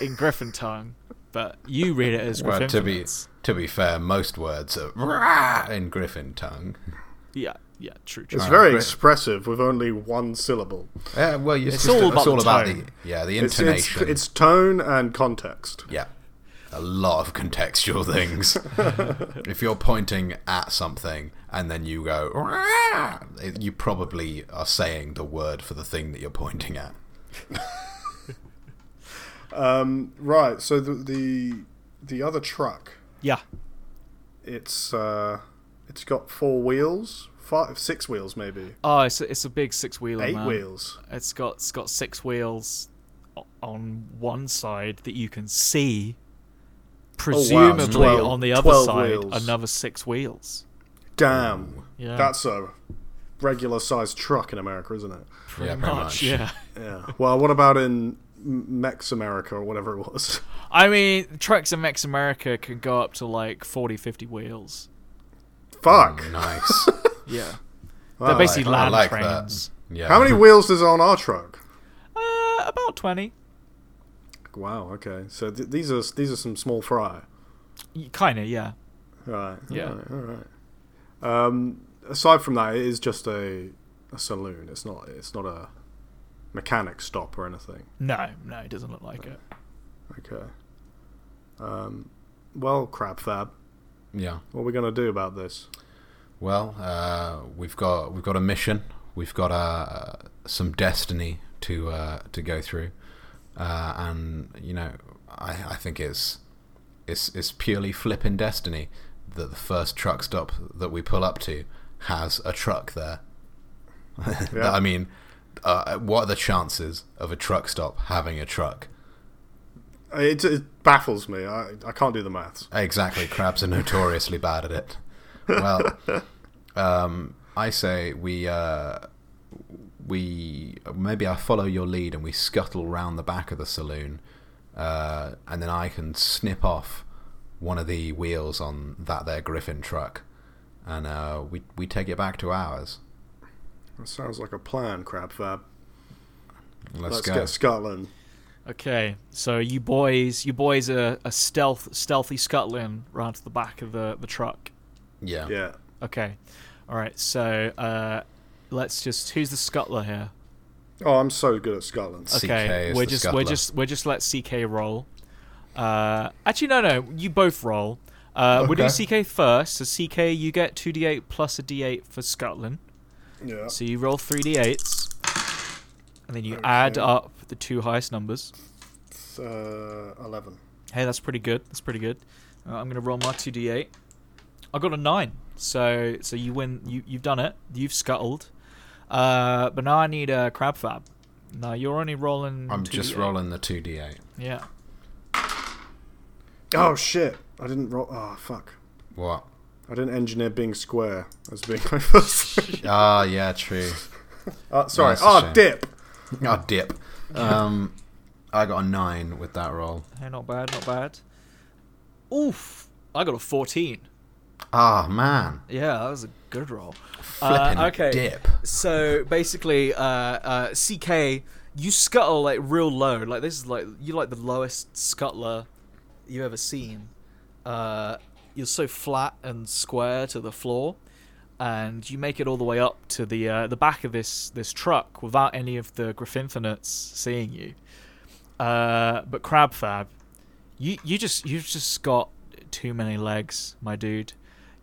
[SPEAKER 4] in Griffin tongue, but you read it as
[SPEAKER 3] Well,
[SPEAKER 4] Griffin.
[SPEAKER 3] to be to be fair, most words are rah in Griffin tongue.
[SPEAKER 4] yeah, yeah, true, true.
[SPEAKER 2] It's
[SPEAKER 3] Uh,
[SPEAKER 2] very
[SPEAKER 3] gri-
[SPEAKER 2] expressive with only one syllable.
[SPEAKER 3] Yeah, well, it's,
[SPEAKER 4] It's
[SPEAKER 3] just-
[SPEAKER 4] all about
[SPEAKER 3] it's all
[SPEAKER 4] the
[SPEAKER 3] about
[SPEAKER 4] tone.
[SPEAKER 3] the yeah the
[SPEAKER 2] It's, it's,
[SPEAKER 3] intonation.
[SPEAKER 2] it's tone and context.
[SPEAKER 3] yeah, a lot of contextual things. if you're pointing at something and then you go rah, it- you probably are saying the word for the thing that you're pointing at.
[SPEAKER 2] Right, so the the, the other truck,
[SPEAKER 4] yeah,
[SPEAKER 2] it's uh, it's got four wheels, five, six wheels maybe,
[SPEAKER 4] oh, it's a, it's a big six wheeler.
[SPEAKER 2] eight wheels.
[SPEAKER 4] It's got it's got six wheels o- on one side that you can
[SPEAKER 2] Oh,
[SPEAKER 4] see.
[SPEAKER 2] it's
[SPEAKER 4] Presumably
[SPEAKER 2] 12
[SPEAKER 4] on the other
[SPEAKER 2] 12
[SPEAKER 4] side,
[SPEAKER 2] wheels.
[SPEAKER 4] another six wheels.
[SPEAKER 2] Damn,
[SPEAKER 4] Yeah,
[SPEAKER 2] that's a regular sized truck in America, isn't it?
[SPEAKER 4] pretty
[SPEAKER 3] yeah, pretty much.
[SPEAKER 4] much. Yeah.
[SPEAKER 2] Yeah. Well, what about in M- Mex America or whatever it was?
[SPEAKER 4] I mean, trucks in Mex America can go up to like 40, 50 wheels.
[SPEAKER 2] Fuck.
[SPEAKER 3] Oh, Nice.
[SPEAKER 4] Yeah.
[SPEAKER 2] I
[SPEAKER 4] They're basically
[SPEAKER 3] Oh, I
[SPEAKER 4] land
[SPEAKER 3] like that.
[SPEAKER 4] trains.
[SPEAKER 3] yeah.
[SPEAKER 2] How many wheels is on our truck?
[SPEAKER 4] Uh, about 20.
[SPEAKER 2] Wow. Okay. So th- these are these are some small fry.
[SPEAKER 4] Kind of, yeah.
[SPEAKER 2] Right.
[SPEAKER 4] Yeah.
[SPEAKER 2] All right. All right. Um, aside from that, it is just a, a saloon. It's not. It's not a mechanic stop or anything.
[SPEAKER 4] No, no, it doesn't look like it.
[SPEAKER 2] Okay. Um, well, crap fab.
[SPEAKER 3] Yeah.
[SPEAKER 2] What are we gonna do about this?
[SPEAKER 3] Well, uh, we've got we've got a mission. We've got uh, some destiny to uh, to go through, uh, and you know, I, I think it's It's it's purely flipping destiny that the first truck stop that we pull up to has a truck there.
[SPEAKER 2] Yeah.
[SPEAKER 3] I mean, uh, what are the chances of a truck stop having a truck?
[SPEAKER 2] It, it baffles me. I, I can't do the maths.
[SPEAKER 3] Exactly, crabs are notoriously bad at it. Well, um, I say we uh, we maybe I follow your lead and we scuttle round the back of the saloon, uh, and then I can snip off one of the wheels on that there Griffin truck, and uh, we we take it back to ours.
[SPEAKER 2] That sounds like a plan, Crab Fab.
[SPEAKER 3] Let's,
[SPEAKER 2] Let's
[SPEAKER 3] go.
[SPEAKER 2] get Scotland.
[SPEAKER 4] Okay, so you boys, you boys are, are stealth, stealthy scuttling round to the back of the, the truck.
[SPEAKER 3] yeah.
[SPEAKER 2] Yeah.
[SPEAKER 4] Okay, all right. So uh, let's just who's the scuttler here?
[SPEAKER 2] Oh, I'm so good at Scotland.
[SPEAKER 3] CK
[SPEAKER 4] Okay,
[SPEAKER 3] is
[SPEAKER 4] we're
[SPEAKER 3] the
[SPEAKER 4] just we're
[SPEAKER 3] scuttler.
[SPEAKER 4] just we're just let CK roll. Uh, actually, no, no, you both roll. Uh, We'll do CK first. So CK, you get two d8 plus a d8 for scuttling.
[SPEAKER 2] Yeah.
[SPEAKER 4] So you roll three d8s, and then you add up the two highest numbers.
[SPEAKER 2] It's, uh, 11.
[SPEAKER 4] Hey, that's pretty good. That's pretty good. Uh, I'm gonna roll my two d8. I got a nine. So so you win. You you've done it. You've scuttled. Uh, but now I need a crab fab. No, you're only rolling.
[SPEAKER 3] I'm just
[SPEAKER 4] 2d8.
[SPEAKER 3] rolling the two d eight.
[SPEAKER 4] Yeah.
[SPEAKER 2] Oh, shit. I didn't roll. Oh, fuck.
[SPEAKER 3] What?
[SPEAKER 2] I didn't engineer being square as being my first.
[SPEAKER 3] Ah, yeah, true.
[SPEAKER 2] uh, sorry.
[SPEAKER 3] that's a
[SPEAKER 2] Oh,
[SPEAKER 3] shame.
[SPEAKER 2] dip.
[SPEAKER 3] Oh, dip. Um, I got a nine with that roll.
[SPEAKER 4] Hey, not bad. Not bad. Oof! I got a 14.
[SPEAKER 3] Ah, man.
[SPEAKER 4] Yeah, that was a good roll.
[SPEAKER 3] Flippin'
[SPEAKER 4] Uh, okay.
[SPEAKER 3] dip.
[SPEAKER 4] So basically, uh, uh, CK, you scuttle like real low. Like this is like you like the lowest scuttler you ever seen. Uh, you're so flat and square to the floor, and you make it all the way up to the uh, the back of this this truck without any of the Gryffindorfinates seeing you. Uh, but Crab Fab, you you just you've just got too many legs, my dude.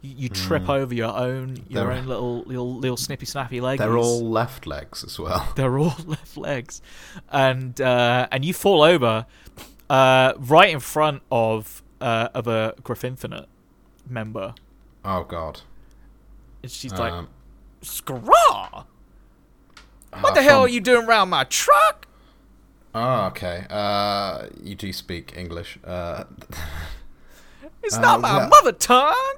[SPEAKER 4] You, you trip over your own your
[SPEAKER 3] Mm. They're-
[SPEAKER 4] own little little little snippy snappy legs.
[SPEAKER 3] They're all left legs as well.
[SPEAKER 4] they're all left legs, and uh, and you fall over uh, right in front of uh, of a Gryffinfinite member,
[SPEAKER 3] Oh god.
[SPEAKER 4] and she's like,
[SPEAKER 3] Um,
[SPEAKER 4] "Scraw! What
[SPEAKER 3] ah,
[SPEAKER 4] the hell
[SPEAKER 3] from-
[SPEAKER 4] are you doing round my truck?"
[SPEAKER 3] Oh, okay. Uh, you do speak English. Uh,
[SPEAKER 4] It's not my
[SPEAKER 3] well-
[SPEAKER 4] mother tongue.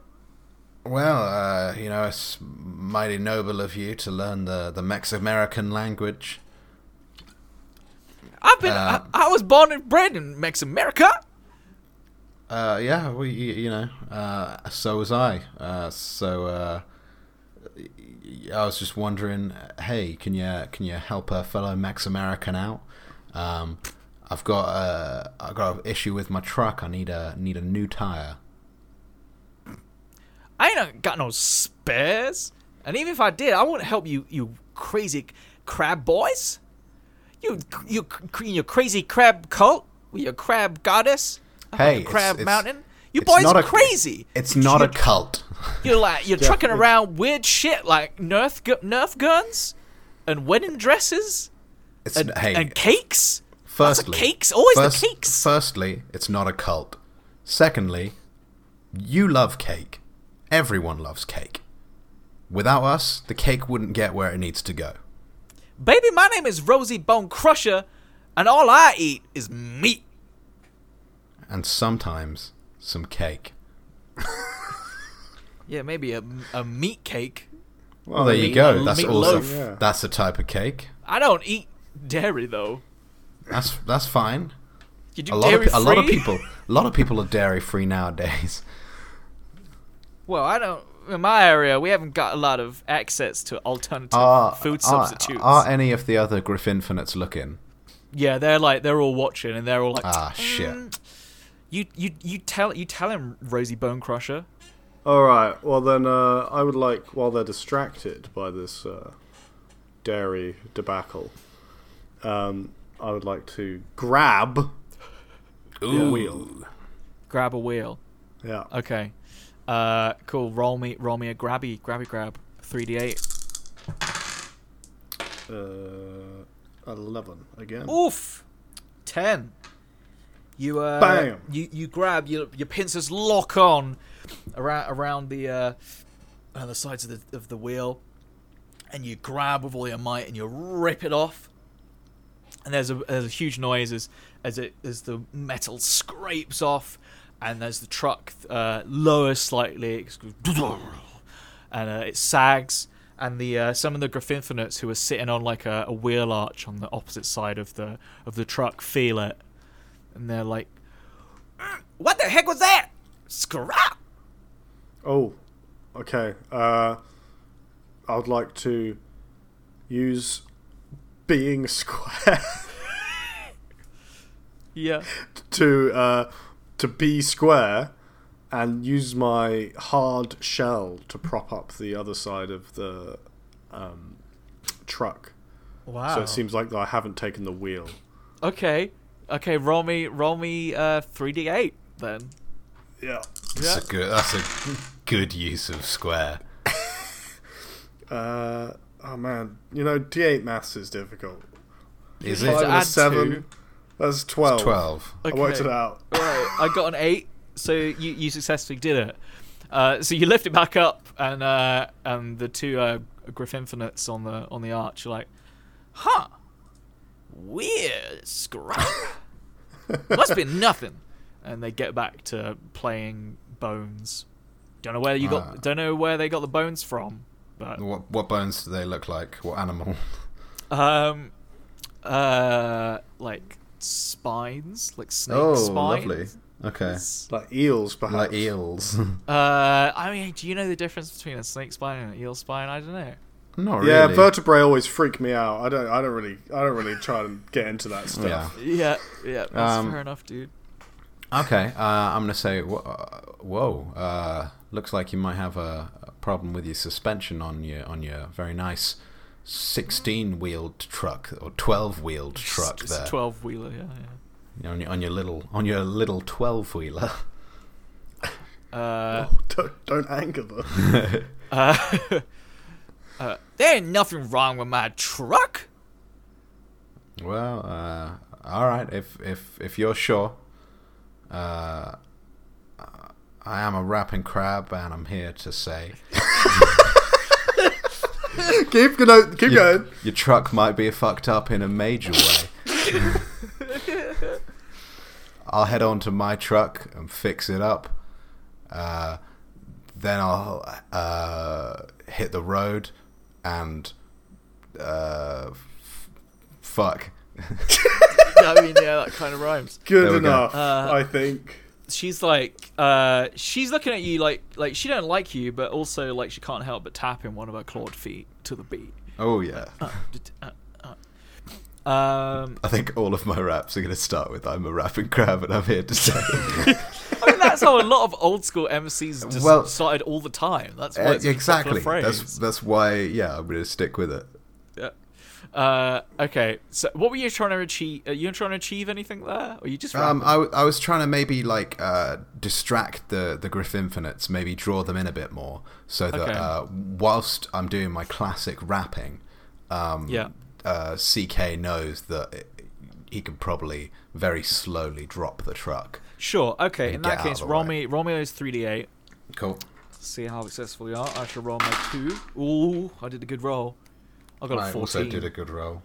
[SPEAKER 3] well, uh, you know, it's mighty noble of you to learn the the Mex American language.
[SPEAKER 4] I've been.
[SPEAKER 3] Uh,
[SPEAKER 4] I, I was born and bred in Mex America.
[SPEAKER 3] Uh, yeah, we, you, you know, uh, so was I. Uh, so, uh, I was just wondering, hey, can you can you help a fellow Mex American out? Um, I've got a I've got an issue with my truck. I need a need a new tire.
[SPEAKER 4] I ain't uh, got no spares. And even if I did, I wouldn't help you, you crazy crab boys. You, you, in your crazy crab cult with your crab goddess. up on
[SPEAKER 3] Hey,
[SPEAKER 4] your
[SPEAKER 3] it's-
[SPEAKER 4] crab
[SPEAKER 3] it's-
[SPEAKER 4] mountain. You
[SPEAKER 3] it's
[SPEAKER 4] boys
[SPEAKER 3] not
[SPEAKER 4] are
[SPEAKER 3] a-
[SPEAKER 4] crazy.
[SPEAKER 3] It's not a
[SPEAKER 4] You're,
[SPEAKER 3] cult.
[SPEAKER 4] you're like you're trucking around weird shit like nerf gu- nerf guns, and wedding dresses,
[SPEAKER 3] It's
[SPEAKER 4] and,
[SPEAKER 3] hey,
[SPEAKER 4] and cakes.
[SPEAKER 3] firstly,
[SPEAKER 4] cakes, always the
[SPEAKER 3] first-
[SPEAKER 4] cakes.
[SPEAKER 3] Firstly, it's not a cult. Secondly, you love cake. Everyone loves cake. Without us, the cake wouldn't get where it needs to go.
[SPEAKER 4] Baby, my name is Rosie Bone Crusher, and all I eat is meat.
[SPEAKER 3] And sometimes some cake.
[SPEAKER 4] Yeah, maybe a, a meat cake.
[SPEAKER 2] Oh,
[SPEAKER 3] Well, there you go. That's also
[SPEAKER 4] meatloaf.
[SPEAKER 2] Yeah.
[SPEAKER 3] that's a type of cake.
[SPEAKER 4] I don't eat dairy though.
[SPEAKER 3] That's that's fine.
[SPEAKER 4] You do
[SPEAKER 3] A lot
[SPEAKER 4] dairy
[SPEAKER 3] of pe- a lot of
[SPEAKER 4] free?
[SPEAKER 3] people a lot of people are dairy free nowadays.
[SPEAKER 4] Well, I don't. In my area, we haven't got a lot of access to alternative
[SPEAKER 3] Are,
[SPEAKER 4] food
[SPEAKER 3] are-
[SPEAKER 4] substitutes.
[SPEAKER 3] Are, any of the other Gryffindors looking?
[SPEAKER 4] yeah, they're like they're all watching and they're all like,
[SPEAKER 3] Ah
[SPEAKER 4] Mm,
[SPEAKER 3] shit.
[SPEAKER 4] you, you, you tell you tell him, Rosie Bone Crusher.
[SPEAKER 2] All right. Well, then uh, I would like, while they're distracted by this uh, dairy debacle, um, I would like to grab the wheel.
[SPEAKER 4] Grab a wheel.
[SPEAKER 2] Yeah.
[SPEAKER 4] Okay. Uh, cool. Roll me, roll me a grabby, grabby grab. Three d eight.
[SPEAKER 2] Uh, 11 again.
[SPEAKER 4] Oof. Ten. You uh,
[SPEAKER 2] Bam.
[SPEAKER 4] You you grab your your pincers lock on around around the uh, around the sides of the of the wheel, and you grab with all your might and you rip it off. And there's a there's a huge noise as as it as the metal scrapes off, and as the truck uh, lowers slightly, it goes and uh, it sags. And the uh, some of the Griffinfinites who are sitting on like a, a wheel arch on the opposite side of the of the truck feel it, and they're like, "Mm, "What the heck was that? Scrap!"
[SPEAKER 2] Oh, okay. Uh, I would like to use being square
[SPEAKER 4] Yeah.
[SPEAKER 2] to uh, to be square and use my hard shell to prop up the other side of the um, truck.
[SPEAKER 4] Wow.
[SPEAKER 2] So it seems like I haven't taken the wheel.
[SPEAKER 4] okay. Okay. Roll me. Roll me. Uh, three d eight then.
[SPEAKER 2] Yeah.
[SPEAKER 4] Yeah.
[SPEAKER 3] That's a good. That's a good use of square.
[SPEAKER 2] Uh, oh man, you know D8 maths is difficult.
[SPEAKER 3] Is
[SPEAKER 2] Five
[SPEAKER 4] to
[SPEAKER 2] and
[SPEAKER 3] it
[SPEAKER 2] a
[SPEAKER 4] add
[SPEAKER 2] seven.
[SPEAKER 4] two.
[SPEAKER 2] That's twelve.
[SPEAKER 3] twelve?
[SPEAKER 2] I worked
[SPEAKER 4] Okay.
[SPEAKER 2] it out.
[SPEAKER 4] Right, I got an eight, so you, you successfully did it. Uh, so you lift it back up, and uh, and the two uh, Griffinfinites on the on the arch are like, "Huh, weird scrap. Must be nothing." And they get back to playing bones. Don't know where you got.
[SPEAKER 3] Ah.
[SPEAKER 4] Don't know where they got the bones from, but
[SPEAKER 3] What what bones do they look like? What animal?
[SPEAKER 4] um, uh, like spines, like snake
[SPEAKER 3] Oh,
[SPEAKER 4] spines.
[SPEAKER 3] Okay.
[SPEAKER 2] Like eels, perhaps.
[SPEAKER 3] Like eels.
[SPEAKER 4] Uh, I mean, do you know the difference between a snake spine and an eel spine? I don't know.
[SPEAKER 3] Not
[SPEAKER 2] Yeah,
[SPEAKER 3] really.
[SPEAKER 2] vertebrae always freak me out. I don't. I don't really. I don't really try to get into that stuff.
[SPEAKER 3] Yeah.
[SPEAKER 4] Yeah, yeah, that's
[SPEAKER 3] Um,
[SPEAKER 4] fair enough, dude.
[SPEAKER 3] Okay, uh, I'm gonna say, wh- uh, whoa! Uh, looks like you might have a, a problem with your suspension on your on your very nice sixteen-wheeled truck or twelve-wheeled truck
[SPEAKER 4] It's a
[SPEAKER 3] there
[SPEAKER 4] twelve wheeler. Yeah,
[SPEAKER 3] on your on your little on your little twelve-wheeler.
[SPEAKER 4] yeah. Uh,
[SPEAKER 2] Oh, don't, don't anger them.
[SPEAKER 4] uh, uh, there ain't nothing wrong with my truck.
[SPEAKER 3] Well, uh, all right. If if if you're sure, uh, I am a rapping crab, and I'm here to say
[SPEAKER 2] keep going. Keep
[SPEAKER 3] your,
[SPEAKER 2] going.
[SPEAKER 3] your truck might be fucked up in a major way. I'll head on to my truck and fix it up. Uh, then I'll uh, hit the road and uh, f- fuck.
[SPEAKER 4] I mean, yeah, that kind of rhymes.
[SPEAKER 2] Good
[SPEAKER 3] There we go.
[SPEAKER 2] enough.
[SPEAKER 4] Uh,
[SPEAKER 2] I think.
[SPEAKER 4] She's like, uh, she's looking at you like, like she don't like you, but also like she can't help but tap in one of her clawed feet to the beat.
[SPEAKER 3] Oh yeah.
[SPEAKER 4] Uh, uh, Um,
[SPEAKER 3] I think all of my raps are going to start with "I'm a rapping crab and I'm here to say."
[SPEAKER 4] I mean, that's how a lot of old school MCs just
[SPEAKER 3] Well-
[SPEAKER 4] started all the time. That's why
[SPEAKER 3] Uh,
[SPEAKER 4] it's
[SPEAKER 3] exactly.
[SPEAKER 4] A popular phrase.
[SPEAKER 3] That's that's why. Yeah, I'm going to stick with it.
[SPEAKER 4] Yeah. Uh, okay. So, what were you trying to achieve? Are you trying to achieve anything there, or you just?
[SPEAKER 3] Um,
[SPEAKER 4] rapping?
[SPEAKER 3] I, w- I was trying to maybe like uh, distract the the Griffinfinites, maybe draw them in a bit more, so that
[SPEAKER 4] Okay.
[SPEAKER 3] uh, whilst I'm doing my classic rapping, um,
[SPEAKER 4] yeah.
[SPEAKER 3] uh, CK knows that i he can probably very slowly drop the truck.
[SPEAKER 4] Sure. Okay. In
[SPEAKER 3] get
[SPEAKER 4] that
[SPEAKER 3] out of
[SPEAKER 4] case,
[SPEAKER 3] the
[SPEAKER 4] roll
[SPEAKER 3] way.
[SPEAKER 4] me. Roll me those three d eight.
[SPEAKER 3] Cool.
[SPEAKER 4] See how successful you are. I shall roll my two. Ooh, I did a good roll. I got a
[SPEAKER 3] I
[SPEAKER 4] fourteen.
[SPEAKER 3] also did a good roll.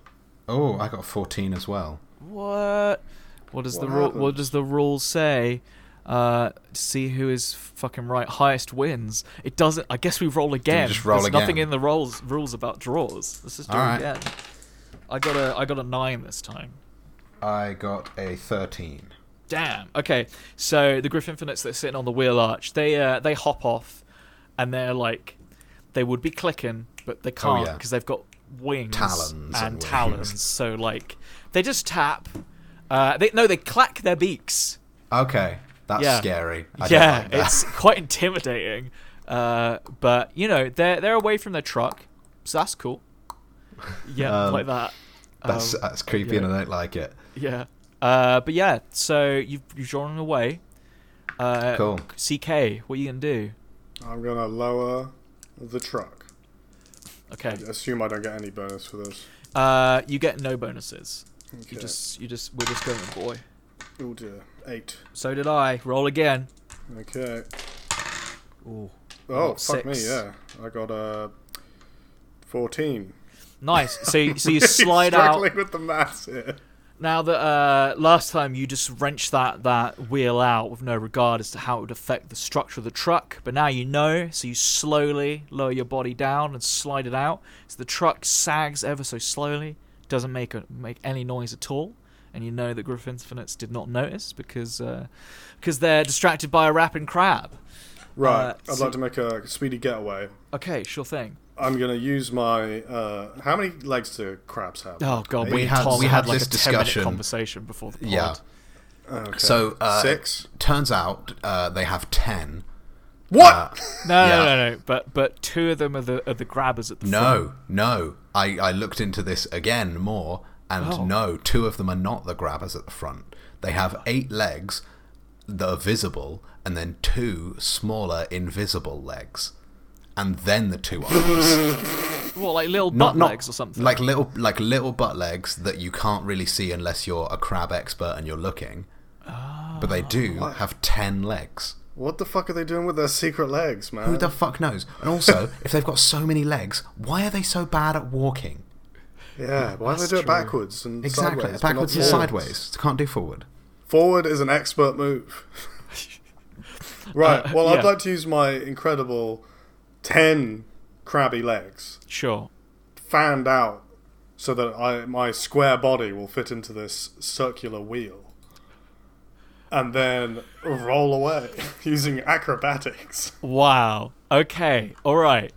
[SPEAKER 3] Oh, I got 14 as well.
[SPEAKER 4] What? What does
[SPEAKER 2] What
[SPEAKER 4] the rule?
[SPEAKER 2] happened?
[SPEAKER 4] What does the rule say? Uh, to see who is fucking right. Highest wins. It doesn't. I guess we roll again.
[SPEAKER 3] just roll
[SPEAKER 4] There's nothing
[SPEAKER 3] again?
[SPEAKER 4] in the rolls rules about draws. Let's just do
[SPEAKER 3] All
[SPEAKER 4] it
[SPEAKER 3] right.
[SPEAKER 4] again. I got a. I got a nine this time.
[SPEAKER 3] I got a 13.
[SPEAKER 4] Damn. Okay. So the Griffinfinites that are sitting on the wheel arch, they uh, they hop off, and they're like, they would be clicking, but they can't
[SPEAKER 3] Oh, yeah.
[SPEAKER 4] because they've got wings,
[SPEAKER 3] Talons
[SPEAKER 4] and,
[SPEAKER 3] and wings.
[SPEAKER 4] talons. So like, they just tap. Uh, they no, they clack their beaks.
[SPEAKER 3] Okay, that's
[SPEAKER 4] Yeah.
[SPEAKER 3] scary. I
[SPEAKER 4] yeah,
[SPEAKER 3] don't like that.
[SPEAKER 4] it's quite intimidating. Uh, but you know, they're they're away from their truck, so that's cool. Yeah,
[SPEAKER 3] Um,
[SPEAKER 4] like that.
[SPEAKER 3] that's,
[SPEAKER 4] Um,
[SPEAKER 3] that's creepy,
[SPEAKER 4] yeah.
[SPEAKER 3] and I don't like it.
[SPEAKER 4] yeah. Uh, but yeah, so you've you've drawn away. Uh,
[SPEAKER 3] Cool.
[SPEAKER 4] CK, what are you gonna do?
[SPEAKER 2] I'm gonna lower the truck.
[SPEAKER 4] Okay.
[SPEAKER 2] Assume I don't get any bonus for this.
[SPEAKER 4] Uh, you get no bonuses.
[SPEAKER 2] Okay.
[SPEAKER 4] You just you just we're just going with boy.
[SPEAKER 2] Oh dear. Eight.
[SPEAKER 4] So did I. Roll again.
[SPEAKER 2] Okay.
[SPEAKER 4] Ooh.
[SPEAKER 2] Oh, fuck
[SPEAKER 4] six.
[SPEAKER 2] me, yeah. I got uh, 14.
[SPEAKER 4] Nice. So, you- so you slide out.
[SPEAKER 2] Struggling with the maths here.
[SPEAKER 4] Now that uh, last time you just wrenched that that wheel out with no regard as to how it would affect the structure of the truck, but now you know, so you slowly lower your body down and slide it out. So the truck sags ever so slowly, doesn't make a, make any noise at all, and you know that Griffin Infinites did not notice because uh, because they're distracted by a rapping crab.
[SPEAKER 2] Right.
[SPEAKER 4] Uh,
[SPEAKER 2] I'd
[SPEAKER 4] so-
[SPEAKER 2] like to make a speedy getaway.
[SPEAKER 4] Okay, sure thing.
[SPEAKER 2] I'm gonna use my. Uh, how many legs do crabs have?
[SPEAKER 4] Oh god,
[SPEAKER 2] Eight?
[SPEAKER 4] we,
[SPEAKER 3] We had-
[SPEAKER 4] Tom
[SPEAKER 3] we
[SPEAKER 4] had,
[SPEAKER 3] had
[SPEAKER 4] like
[SPEAKER 3] this
[SPEAKER 4] a ten-minute
[SPEAKER 3] discussion.
[SPEAKER 4] conversation before the pod.
[SPEAKER 3] Yeah.
[SPEAKER 2] Okay.
[SPEAKER 3] So uh,
[SPEAKER 2] six.
[SPEAKER 3] Turns out uh, they have ten. Uh,
[SPEAKER 2] What?
[SPEAKER 4] No, no,
[SPEAKER 3] Yeah.
[SPEAKER 4] no, no. But but two of them are the are the grabbers at the front.
[SPEAKER 3] No, no. I, I looked into this again more, and
[SPEAKER 4] Oh.
[SPEAKER 3] no, two of them are not the grabbers at the front. They have eight legs that are visible, and then two smaller invisible legs, and then the two arms.
[SPEAKER 4] Well, like little butt legs or something.
[SPEAKER 3] Like little like little butt legs that you can't really see unless you're a crab expert and you're looking. But they do
[SPEAKER 2] Oh,
[SPEAKER 3] have ten legs.
[SPEAKER 2] What the fuck are they doing with their secret legs, man?
[SPEAKER 3] Who the fuck knows? And also, if they've got so many legs, why are they so bad at walking?
[SPEAKER 2] yeah. Why do they
[SPEAKER 4] That's
[SPEAKER 2] do it
[SPEAKER 4] true.
[SPEAKER 2] backwards and
[SPEAKER 3] Exactly,
[SPEAKER 2] sideways? but not
[SPEAKER 3] backwards and
[SPEAKER 2] forwards?
[SPEAKER 3] sideways. They Can't do forward.
[SPEAKER 2] Forward is an expert move. right. well,
[SPEAKER 4] yeah.
[SPEAKER 2] I'd like to use my incredible ten crabby legs
[SPEAKER 4] sure.
[SPEAKER 2] fanned out so that I my square body will fit into this circular wheel. And then roll away using acrobatics.
[SPEAKER 4] Wow. Okay. All right.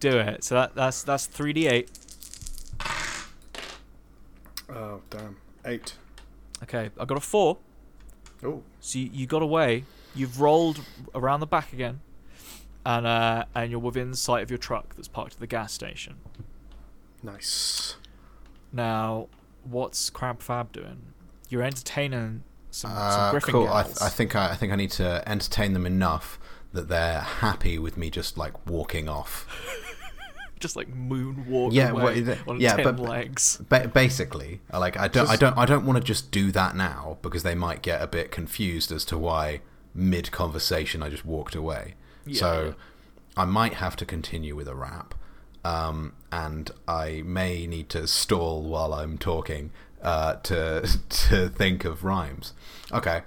[SPEAKER 4] Do it. So that that's that's three d eight.
[SPEAKER 2] Oh damn. Eight.
[SPEAKER 4] Okay. I got a four.
[SPEAKER 2] Oh.
[SPEAKER 4] So you, you got away. You've rolled around the back again, and uh, and you're within sight of your truck that's parked at the gas station.
[SPEAKER 2] Nice.
[SPEAKER 4] Now, what's Crab Fab doing? You're entertaining some, some
[SPEAKER 3] Uh,
[SPEAKER 4] Griffin
[SPEAKER 3] cool. I,
[SPEAKER 4] gals.
[SPEAKER 3] th- I think I, I think I need to entertain them enough that they're happy with me just like walking off.
[SPEAKER 4] just like moonwalk
[SPEAKER 3] Yeah,
[SPEAKER 4] away
[SPEAKER 3] what is it?
[SPEAKER 4] on
[SPEAKER 3] Yeah,
[SPEAKER 4] ten
[SPEAKER 3] but-
[SPEAKER 4] legs.
[SPEAKER 3] Ba- basically, I like I don't I don't I don't want to just do that now because they might get a bit confused as to why mid conversation I just walked away. so I might have to continue with a rap, um, and I may need to stall while I'm talking uh, to to think of rhymes. Okay.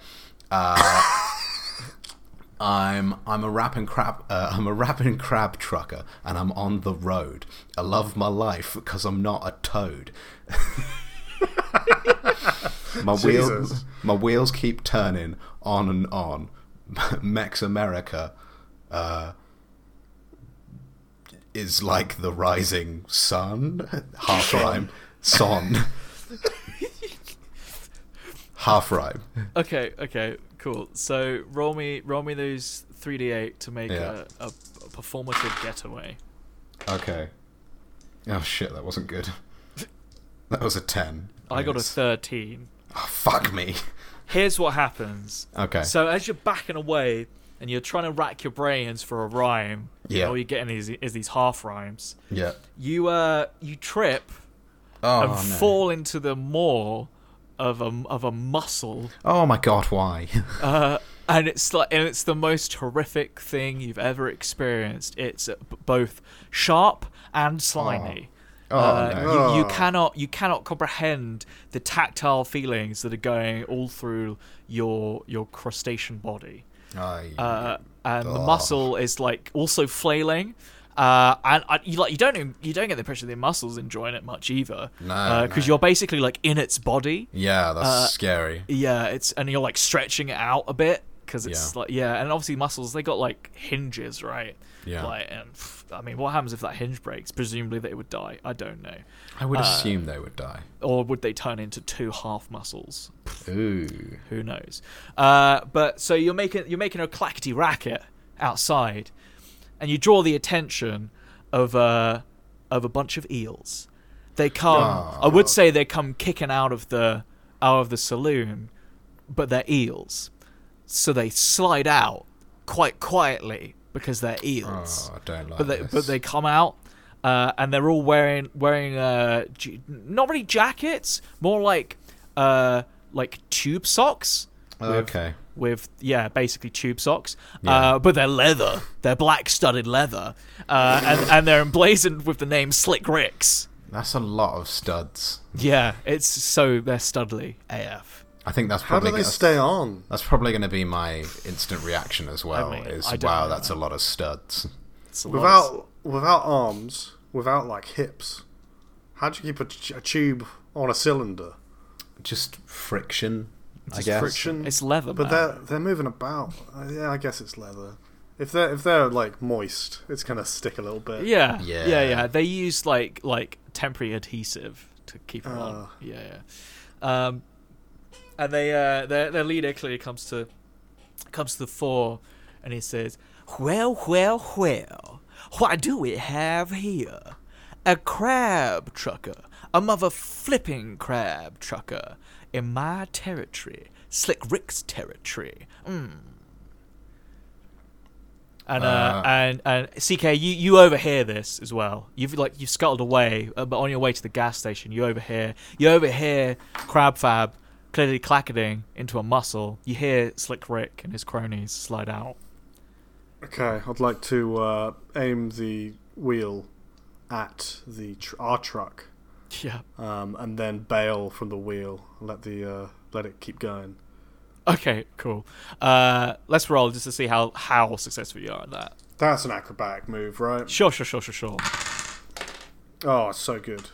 [SPEAKER 3] I'm I'm a rapping crab uh, I'm a rapping crab trucker and I'm on the road. I love my life because I'm not a toad. my
[SPEAKER 2] Jesus.
[SPEAKER 3] wheels my wheels keep turning on and on. Mex America uh, is like the rising sun. Half rhyme. Son. Half rhyme.
[SPEAKER 4] Okay, okay, cool. So roll me, roll me those three d eight to make
[SPEAKER 3] Yeah.
[SPEAKER 4] a, a, a performative getaway.
[SPEAKER 3] Okay. Oh shit, that wasn't good. That was a ten.
[SPEAKER 4] I got a
[SPEAKER 3] Yes.
[SPEAKER 4] thirteen.
[SPEAKER 3] Oh, fuck me.
[SPEAKER 4] Here's what happens.
[SPEAKER 3] Okay.
[SPEAKER 4] So as you're backing away and you're trying to rack your brains for a rhyme,
[SPEAKER 3] Yeah.
[SPEAKER 4] all you're getting is, is these half rhymes.
[SPEAKER 3] yeah.
[SPEAKER 4] You uh, you trip
[SPEAKER 3] Oh
[SPEAKER 4] and
[SPEAKER 3] no.
[SPEAKER 4] fall into the maw of a of a mussel.
[SPEAKER 3] Oh my god, why?
[SPEAKER 4] Uh, and it's like, and it's the most horrific thing you've ever experienced. It's uh, b- both sharp and slimy.
[SPEAKER 3] Oh
[SPEAKER 4] Uh,
[SPEAKER 3] no.
[SPEAKER 4] you, you
[SPEAKER 2] Oh.
[SPEAKER 4] cannot you cannot comprehend the tactile feelings that are going all through your your crustacean body.
[SPEAKER 3] I-
[SPEAKER 4] Uh, and the
[SPEAKER 3] Ugh.
[SPEAKER 4] muscle is like also flailing. Uh, and I, you like you don't even- you don't get the impression the muscle's enjoying it much either,
[SPEAKER 3] No,
[SPEAKER 4] because
[SPEAKER 3] no.
[SPEAKER 4] you're basically like in its body,
[SPEAKER 3] yeah, that's
[SPEAKER 4] uh,
[SPEAKER 3] scary.
[SPEAKER 4] yeah, it's and you're like stretching it out a bit because it's
[SPEAKER 3] Yeah.
[SPEAKER 4] like yeah, and obviously muscles they got like hinges, right?
[SPEAKER 3] Yeah.
[SPEAKER 4] Like, and pff, I mean, what happens if that hinge breaks? Presumably they would die. I don't know,
[SPEAKER 3] I
[SPEAKER 4] uh,
[SPEAKER 3] would assume they would die.
[SPEAKER 4] or would they turn into two half muscles?
[SPEAKER 3] Ooh.
[SPEAKER 4] Who knows? Uh, but so you're making you're making a clackety racket outside, and you draw the attention of a of a bunch of eels. They come. I would say they come kicking out of the out of the saloon, but they're eels, so they slide out quite quietly because they're eels
[SPEAKER 3] Oh, I don't like
[SPEAKER 4] but they
[SPEAKER 3] this.
[SPEAKER 4] but they come out uh, and they're all wearing wearing uh, j- not really jackets, more like uh, like tube socks
[SPEAKER 3] Okay.
[SPEAKER 4] with yeah, basically tube socks.
[SPEAKER 3] Yeah.
[SPEAKER 4] Uh, but they're leather. They're black studded leather, uh, and and they're emblazoned with the name Slick Ricks.
[SPEAKER 3] That's a lot of studs.
[SPEAKER 4] Yeah, it's so they're studly AF.
[SPEAKER 3] I think that's
[SPEAKER 2] How do
[SPEAKER 3] probably
[SPEAKER 2] they
[SPEAKER 3] gonna-
[SPEAKER 2] stay on?
[SPEAKER 3] That's probably going to be my instant reaction as well.
[SPEAKER 4] mean,
[SPEAKER 3] is
[SPEAKER 4] I don't
[SPEAKER 3] wow,
[SPEAKER 4] know
[SPEAKER 3] that's a lot of studs.
[SPEAKER 4] It's a lot of-
[SPEAKER 2] Without without arms, without like hips, how do you keep a, t- a tube on a cylinder?
[SPEAKER 3] Just friction, I
[SPEAKER 2] Just
[SPEAKER 3] guess.
[SPEAKER 2] friction.
[SPEAKER 4] it's leather,
[SPEAKER 2] but
[SPEAKER 4] man.
[SPEAKER 2] they're they're moving about. Uh, yeah, I guess it's leather. If they're if they're like moist, it's gonna stick a little bit.
[SPEAKER 4] Yeah,
[SPEAKER 3] Yeah.
[SPEAKER 4] yeah, yeah, They use like like temporary adhesive to keep it on.
[SPEAKER 2] Oh.
[SPEAKER 4] Yeah, yeah. Um, and they uh, their their leader clearly comes to comes to the fore, and he says, "Well, well, well, what do we have here? A crab trucker, a mother flipping crab trucker in my territory, Slick Rick's territory." Mm. And uh,
[SPEAKER 3] Uh.
[SPEAKER 4] and and CK, you, you overhear this as well. You've like you've scuttled away, uh, but on your way to the gas station, you overhear you overhear Crab Fab clearly clacketing into a muscle. You hear Slick Rick and his cronies slide out.
[SPEAKER 2] Okay, I'd like to uh, aim the wheel at the tr- our truck,
[SPEAKER 4] Yeah.
[SPEAKER 2] um, and then bail from the wheel. Let the uh, let it keep going.
[SPEAKER 4] Okay. Cool. Uh, let's roll just to see how how successful you are at that.
[SPEAKER 2] That's an acrobatic move, right?
[SPEAKER 4] Sure. Sure. Sure. Sure. Sure.
[SPEAKER 2] Oh, it's so good.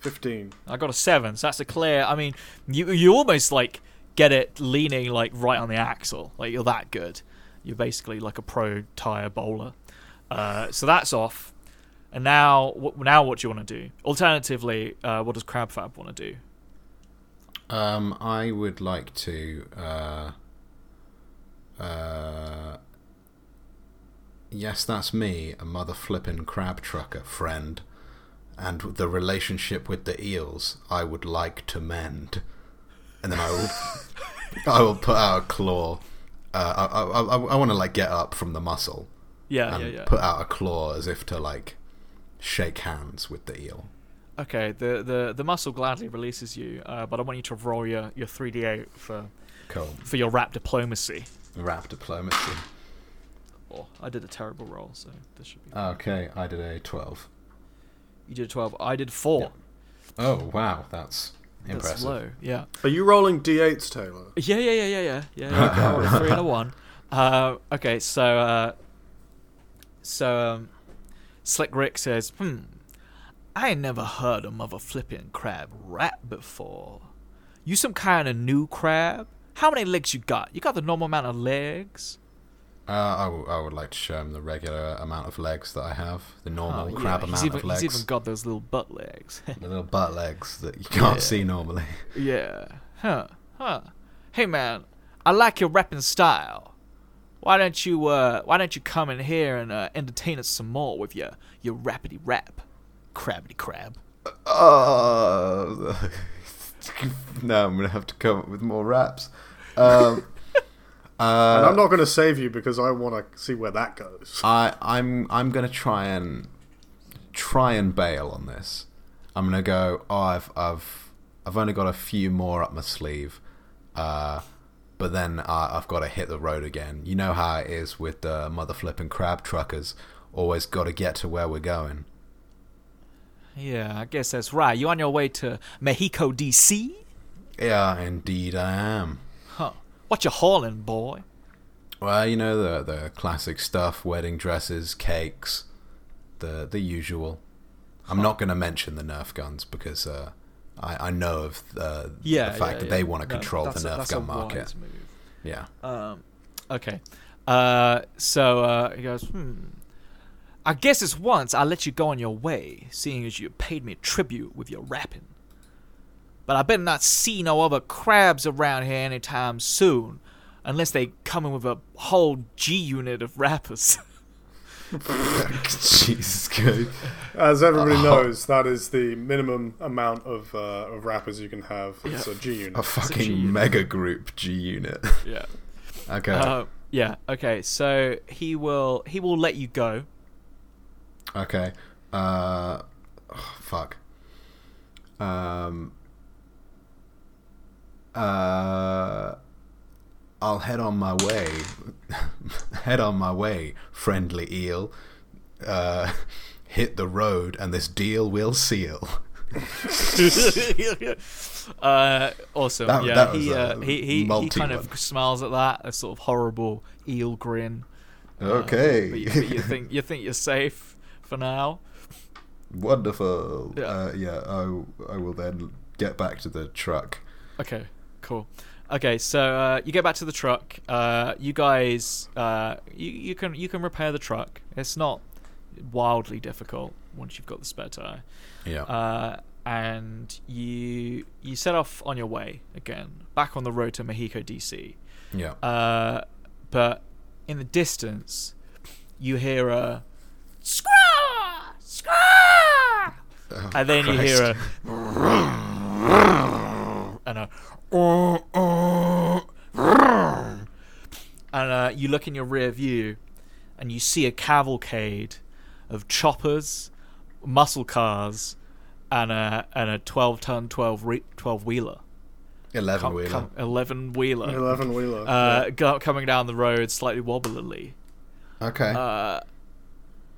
[SPEAKER 2] Fifteen.
[SPEAKER 4] I got a seven, so that's a clear. I mean, you you almost like get it leaning like right on the axle, like you're that good. You're basically like a pro tire bowler. Uh, so that's off. And now, wh- now what do you want to do? Alternatively, uh, what does Crabfab want to do?
[SPEAKER 3] Um, I would like to. Uh, uh, yes, that's me, a mother flippin' crab trucker friend, and the relationship with the eels I would like to mend, and then I will, I will put out a claw. Uh, I, I, I, I want to like get up from the muscle
[SPEAKER 4] Yeah,
[SPEAKER 3] and
[SPEAKER 4] Uh, yeah, yeah.
[SPEAKER 3] Um, put out a claw as if to like shake hands with the eel.
[SPEAKER 4] okay, the, the the muscle gladly releases you, uh, but I want you to roll your your three d eight for
[SPEAKER 3] Cool.
[SPEAKER 4] for your rap diplomacy.
[SPEAKER 3] Rap diplomacy.
[SPEAKER 4] Oh, I did a terrible roll, so this should be.
[SPEAKER 3] Uh, Okay, I did a twelve.
[SPEAKER 4] You did twelve. I did four.
[SPEAKER 3] Oh wow, that's impressive.
[SPEAKER 4] That's low. Yeah.
[SPEAKER 2] Are you rolling d8s, Taylor?
[SPEAKER 4] Yeah, yeah, yeah, yeah, yeah, yeah. yeah. I want a three and a one. Uh, okay, so uh, so um, Slick Rick says, "Hmm, I ain't never heard a mother flipping crab rat before. You some kind of new crab? How many legs you got? You got the normal amount of legs?
[SPEAKER 3] Uh, I, w- I would like to show him the regular amount of legs that I have, the normal crab
[SPEAKER 4] Oh, he's
[SPEAKER 3] amount
[SPEAKER 4] even,
[SPEAKER 3] of legs,
[SPEAKER 4] He's even got those little butt legs.
[SPEAKER 3] the little butt legs that you can't
[SPEAKER 4] Yeah.
[SPEAKER 3] see normally.
[SPEAKER 4] Yeah. Huh. Huh. Hey man, I like your rapping style. Why don't you uh why don't you come in here and uh, entertain us some more with your your rapidy rap? Crabbity crab.
[SPEAKER 3] Uh, now I'm gonna have to come up with more raps. Um,
[SPEAKER 2] and
[SPEAKER 3] uh,
[SPEAKER 2] I'm not going to save you because I want to see where that goes.
[SPEAKER 3] I I'm I'm gonna try and try and bail on this. I'm gonna go. Oh, I've I've I've only got a few more up my sleeve, uh, but then uh, I've got to hit the road again. You know how it is with the mother flipping crab truckers. Always got to get to where we're going.
[SPEAKER 4] Yeah, I guess that's right. You on your way to Mexico DC?
[SPEAKER 3] Yeah, indeed I am.
[SPEAKER 4] Huh. What you hauling, boy?
[SPEAKER 3] Well, you know the the classic stuff: wedding dresses, cakes, the the usual. I'm not going to mention the Nerf guns because uh, I I know of the,
[SPEAKER 4] Yeah.
[SPEAKER 3] the fact
[SPEAKER 4] yeah,
[SPEAKER 3] that
[SPEAKER 4] yeah.
[SPEAKER 3] they want to
[SPEAKER 4] No,
[SPEAKER 3] control the
[SPEAKER 4] that's a-
[SPEAKER 3] Nerf
[SPEAKER 4] that's a
[SPEAKER 3] gun market.
[SPEAKER 4] wise move.
[SPEAKER 3] Yeah,
[SPEAKER 4] Um, okay. Uh, so uh, he goes, hmm. I guess it's once I let you go on your way, seeing as you paid me tribute with your rapping. But I better not see no other crabs around here anytime soon, unless they come in with a whole G unit of rappers.
[SPEAKER 3] Jesus good.
[SPEAKER 2] As everybody knows, that is the minimum amount of, uh, of rappers you can have. It's a G
[SPEAKER 3] A
[SPEAKER 2] unit.
[SPEAKER 3] fucking
[SPEAKER 4] G-Unit.
[SPEAKER 3] mega group G unit.
[SPEAKER 4] yeah.
[SPEAKER 3] okay.
[SPEAKER 4] Uh, yeah. Okay. So he will he will let you go.
[SPEAKER 3] Okay. Uh, oh, fuck. Um, uh, I'll head on my way, head on my way, friendly eel. Uh, hit the road, and this deal will seal.
[SPEAKER 4] uh, awesome.
[SPEAKER 3] That-
[SPEAKER 4] yeah,
[SPEAKER 3] that was
[SPEAKER 4] he,
[SPEAKER 3] a
[SPEAKER 4] uh, he he he
[SPEAKER 3] multi
[SPEAKER 4] kind
[SPEAKER 3] one.
[SPEAKER 4] of smiles at that a sort of horrible eel grin.
[SPEAKER 3] Okay,
[SPEAKER 4] Ah, But you, but you think you think you're safe for now?
[SPEAKER 3] wonderful.
[SPEAKER 4] Yeah.
[SPEAKER 3] Uh, yeah, I I will then get back to the truck.
[SPEAKER 4] Okay, cool. Okay, so uh, you get back to the truck. Uh, you guys, uh, you, you can you can repair the truck. It's not wildly difficult once you've got the spare tire.
[SPEAKER 3] Yeah.
[SPEAKER 4] Uh, and you you set off on your way again, back on the road to Mexico DC.
[SPEAKER 3] yeah.
[SPEAKER 4] Uh, but in the distance, you hear a scraw, scraw,
[SPEAKER 3] Oh,
[SPEAKER 4] and then you hear a and a and uh, you look in your rear view, and you see a cavalcade of choppers, muscle cars, and a and a twelve ton twelve re- twelve wheeler,
[SPEAKER 3] Eleven wheeler.
[SPEAKER 4] eleven wheeler,
[SPEAKER 2] Eleven wheeler.
[SPEAKER 4] uh, go- coming down the road slightly wobblily. uh,
[SPEAKER 3] Okay.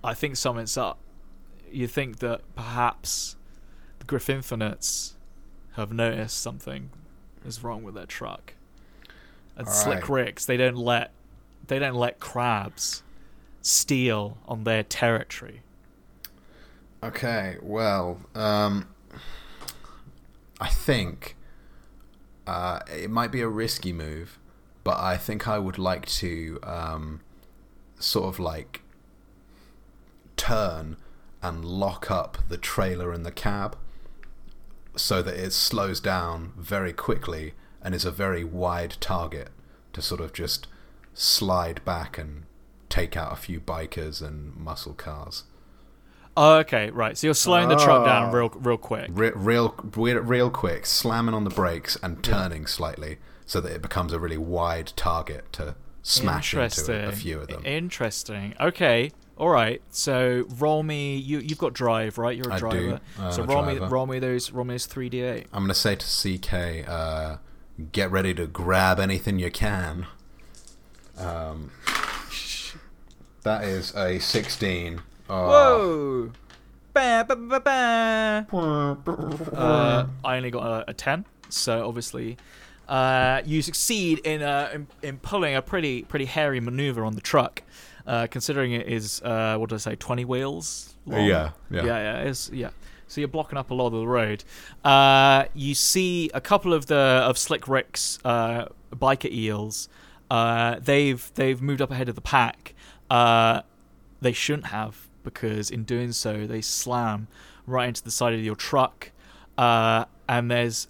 [SPEAKER 4] I think something's up. You think that perhaps the Griffinites have noticed something is wrong with their truck. And slick
[SPEAKER 3] Alright.
[SPEAKER 4] ricks, they don't let they don't let crabs steal on their territory.
[SPEAKER 3] Okay, well, um, I think uh, it might be a risky move, but I think I would like to um, sort of like turn and lock up the trailer and the cab so that it slows down very quickly and is a very wide target to sort of just slide back and take out a few bikers and muscle cars.
[SPEAKER 4] Oh, okay, right. So you're slowing the truck down
[SPEAKER 2] Ah.
[SPEAKER 4] real real quick.
[SPEAKER 3] Re- real, real, real quick, slamming on the brakes and turning slightly so that it becomes a really wide target to smash into
[SPEAKER 4] Interesting.
[SPEAKER 3] a, a few of them.
[SPEAKER 4] Interesting. Okay. All right. So roll me. You you've got drive, right? You're a
[SPEAKER 3] I do.
[SPEAKER 4] driver.
[SPEAKER 3] I'm
[SPEAKER 4] so
[SPEAKER 3] a
[SPEAKER 4] roll me
[SPEAKER 3] driver.
[SPEAKER 4] roll me those roll me those three d eight.
[SPEAKER 3] I'm gonna say to CK, uh, get ready to grab anything you can. Um, that is a 16. Oh,
[SPEAKER 4] Whoa! Ba, ba, ba, ba. Uh, I only got a, a 10, so obviously uh, you succeed in, uh, in in pulling a pretty pretty hairy maneuver on the truck, uh, considering it is uh, what did I say, 20 wheels? long?
[SPEAKER 3] yeah, yeah.
[SPEAKER 4] yeah, yeah, it's, yeah. So you're blocking up a lot of the road. Uh, you see a couple of the of Slick Rick's uh, biker eels. Uh, they've they've moved up ahead of the pack. Uh, they shouldn't have because in doing so they slam right into the side of your truck. Uh, and there's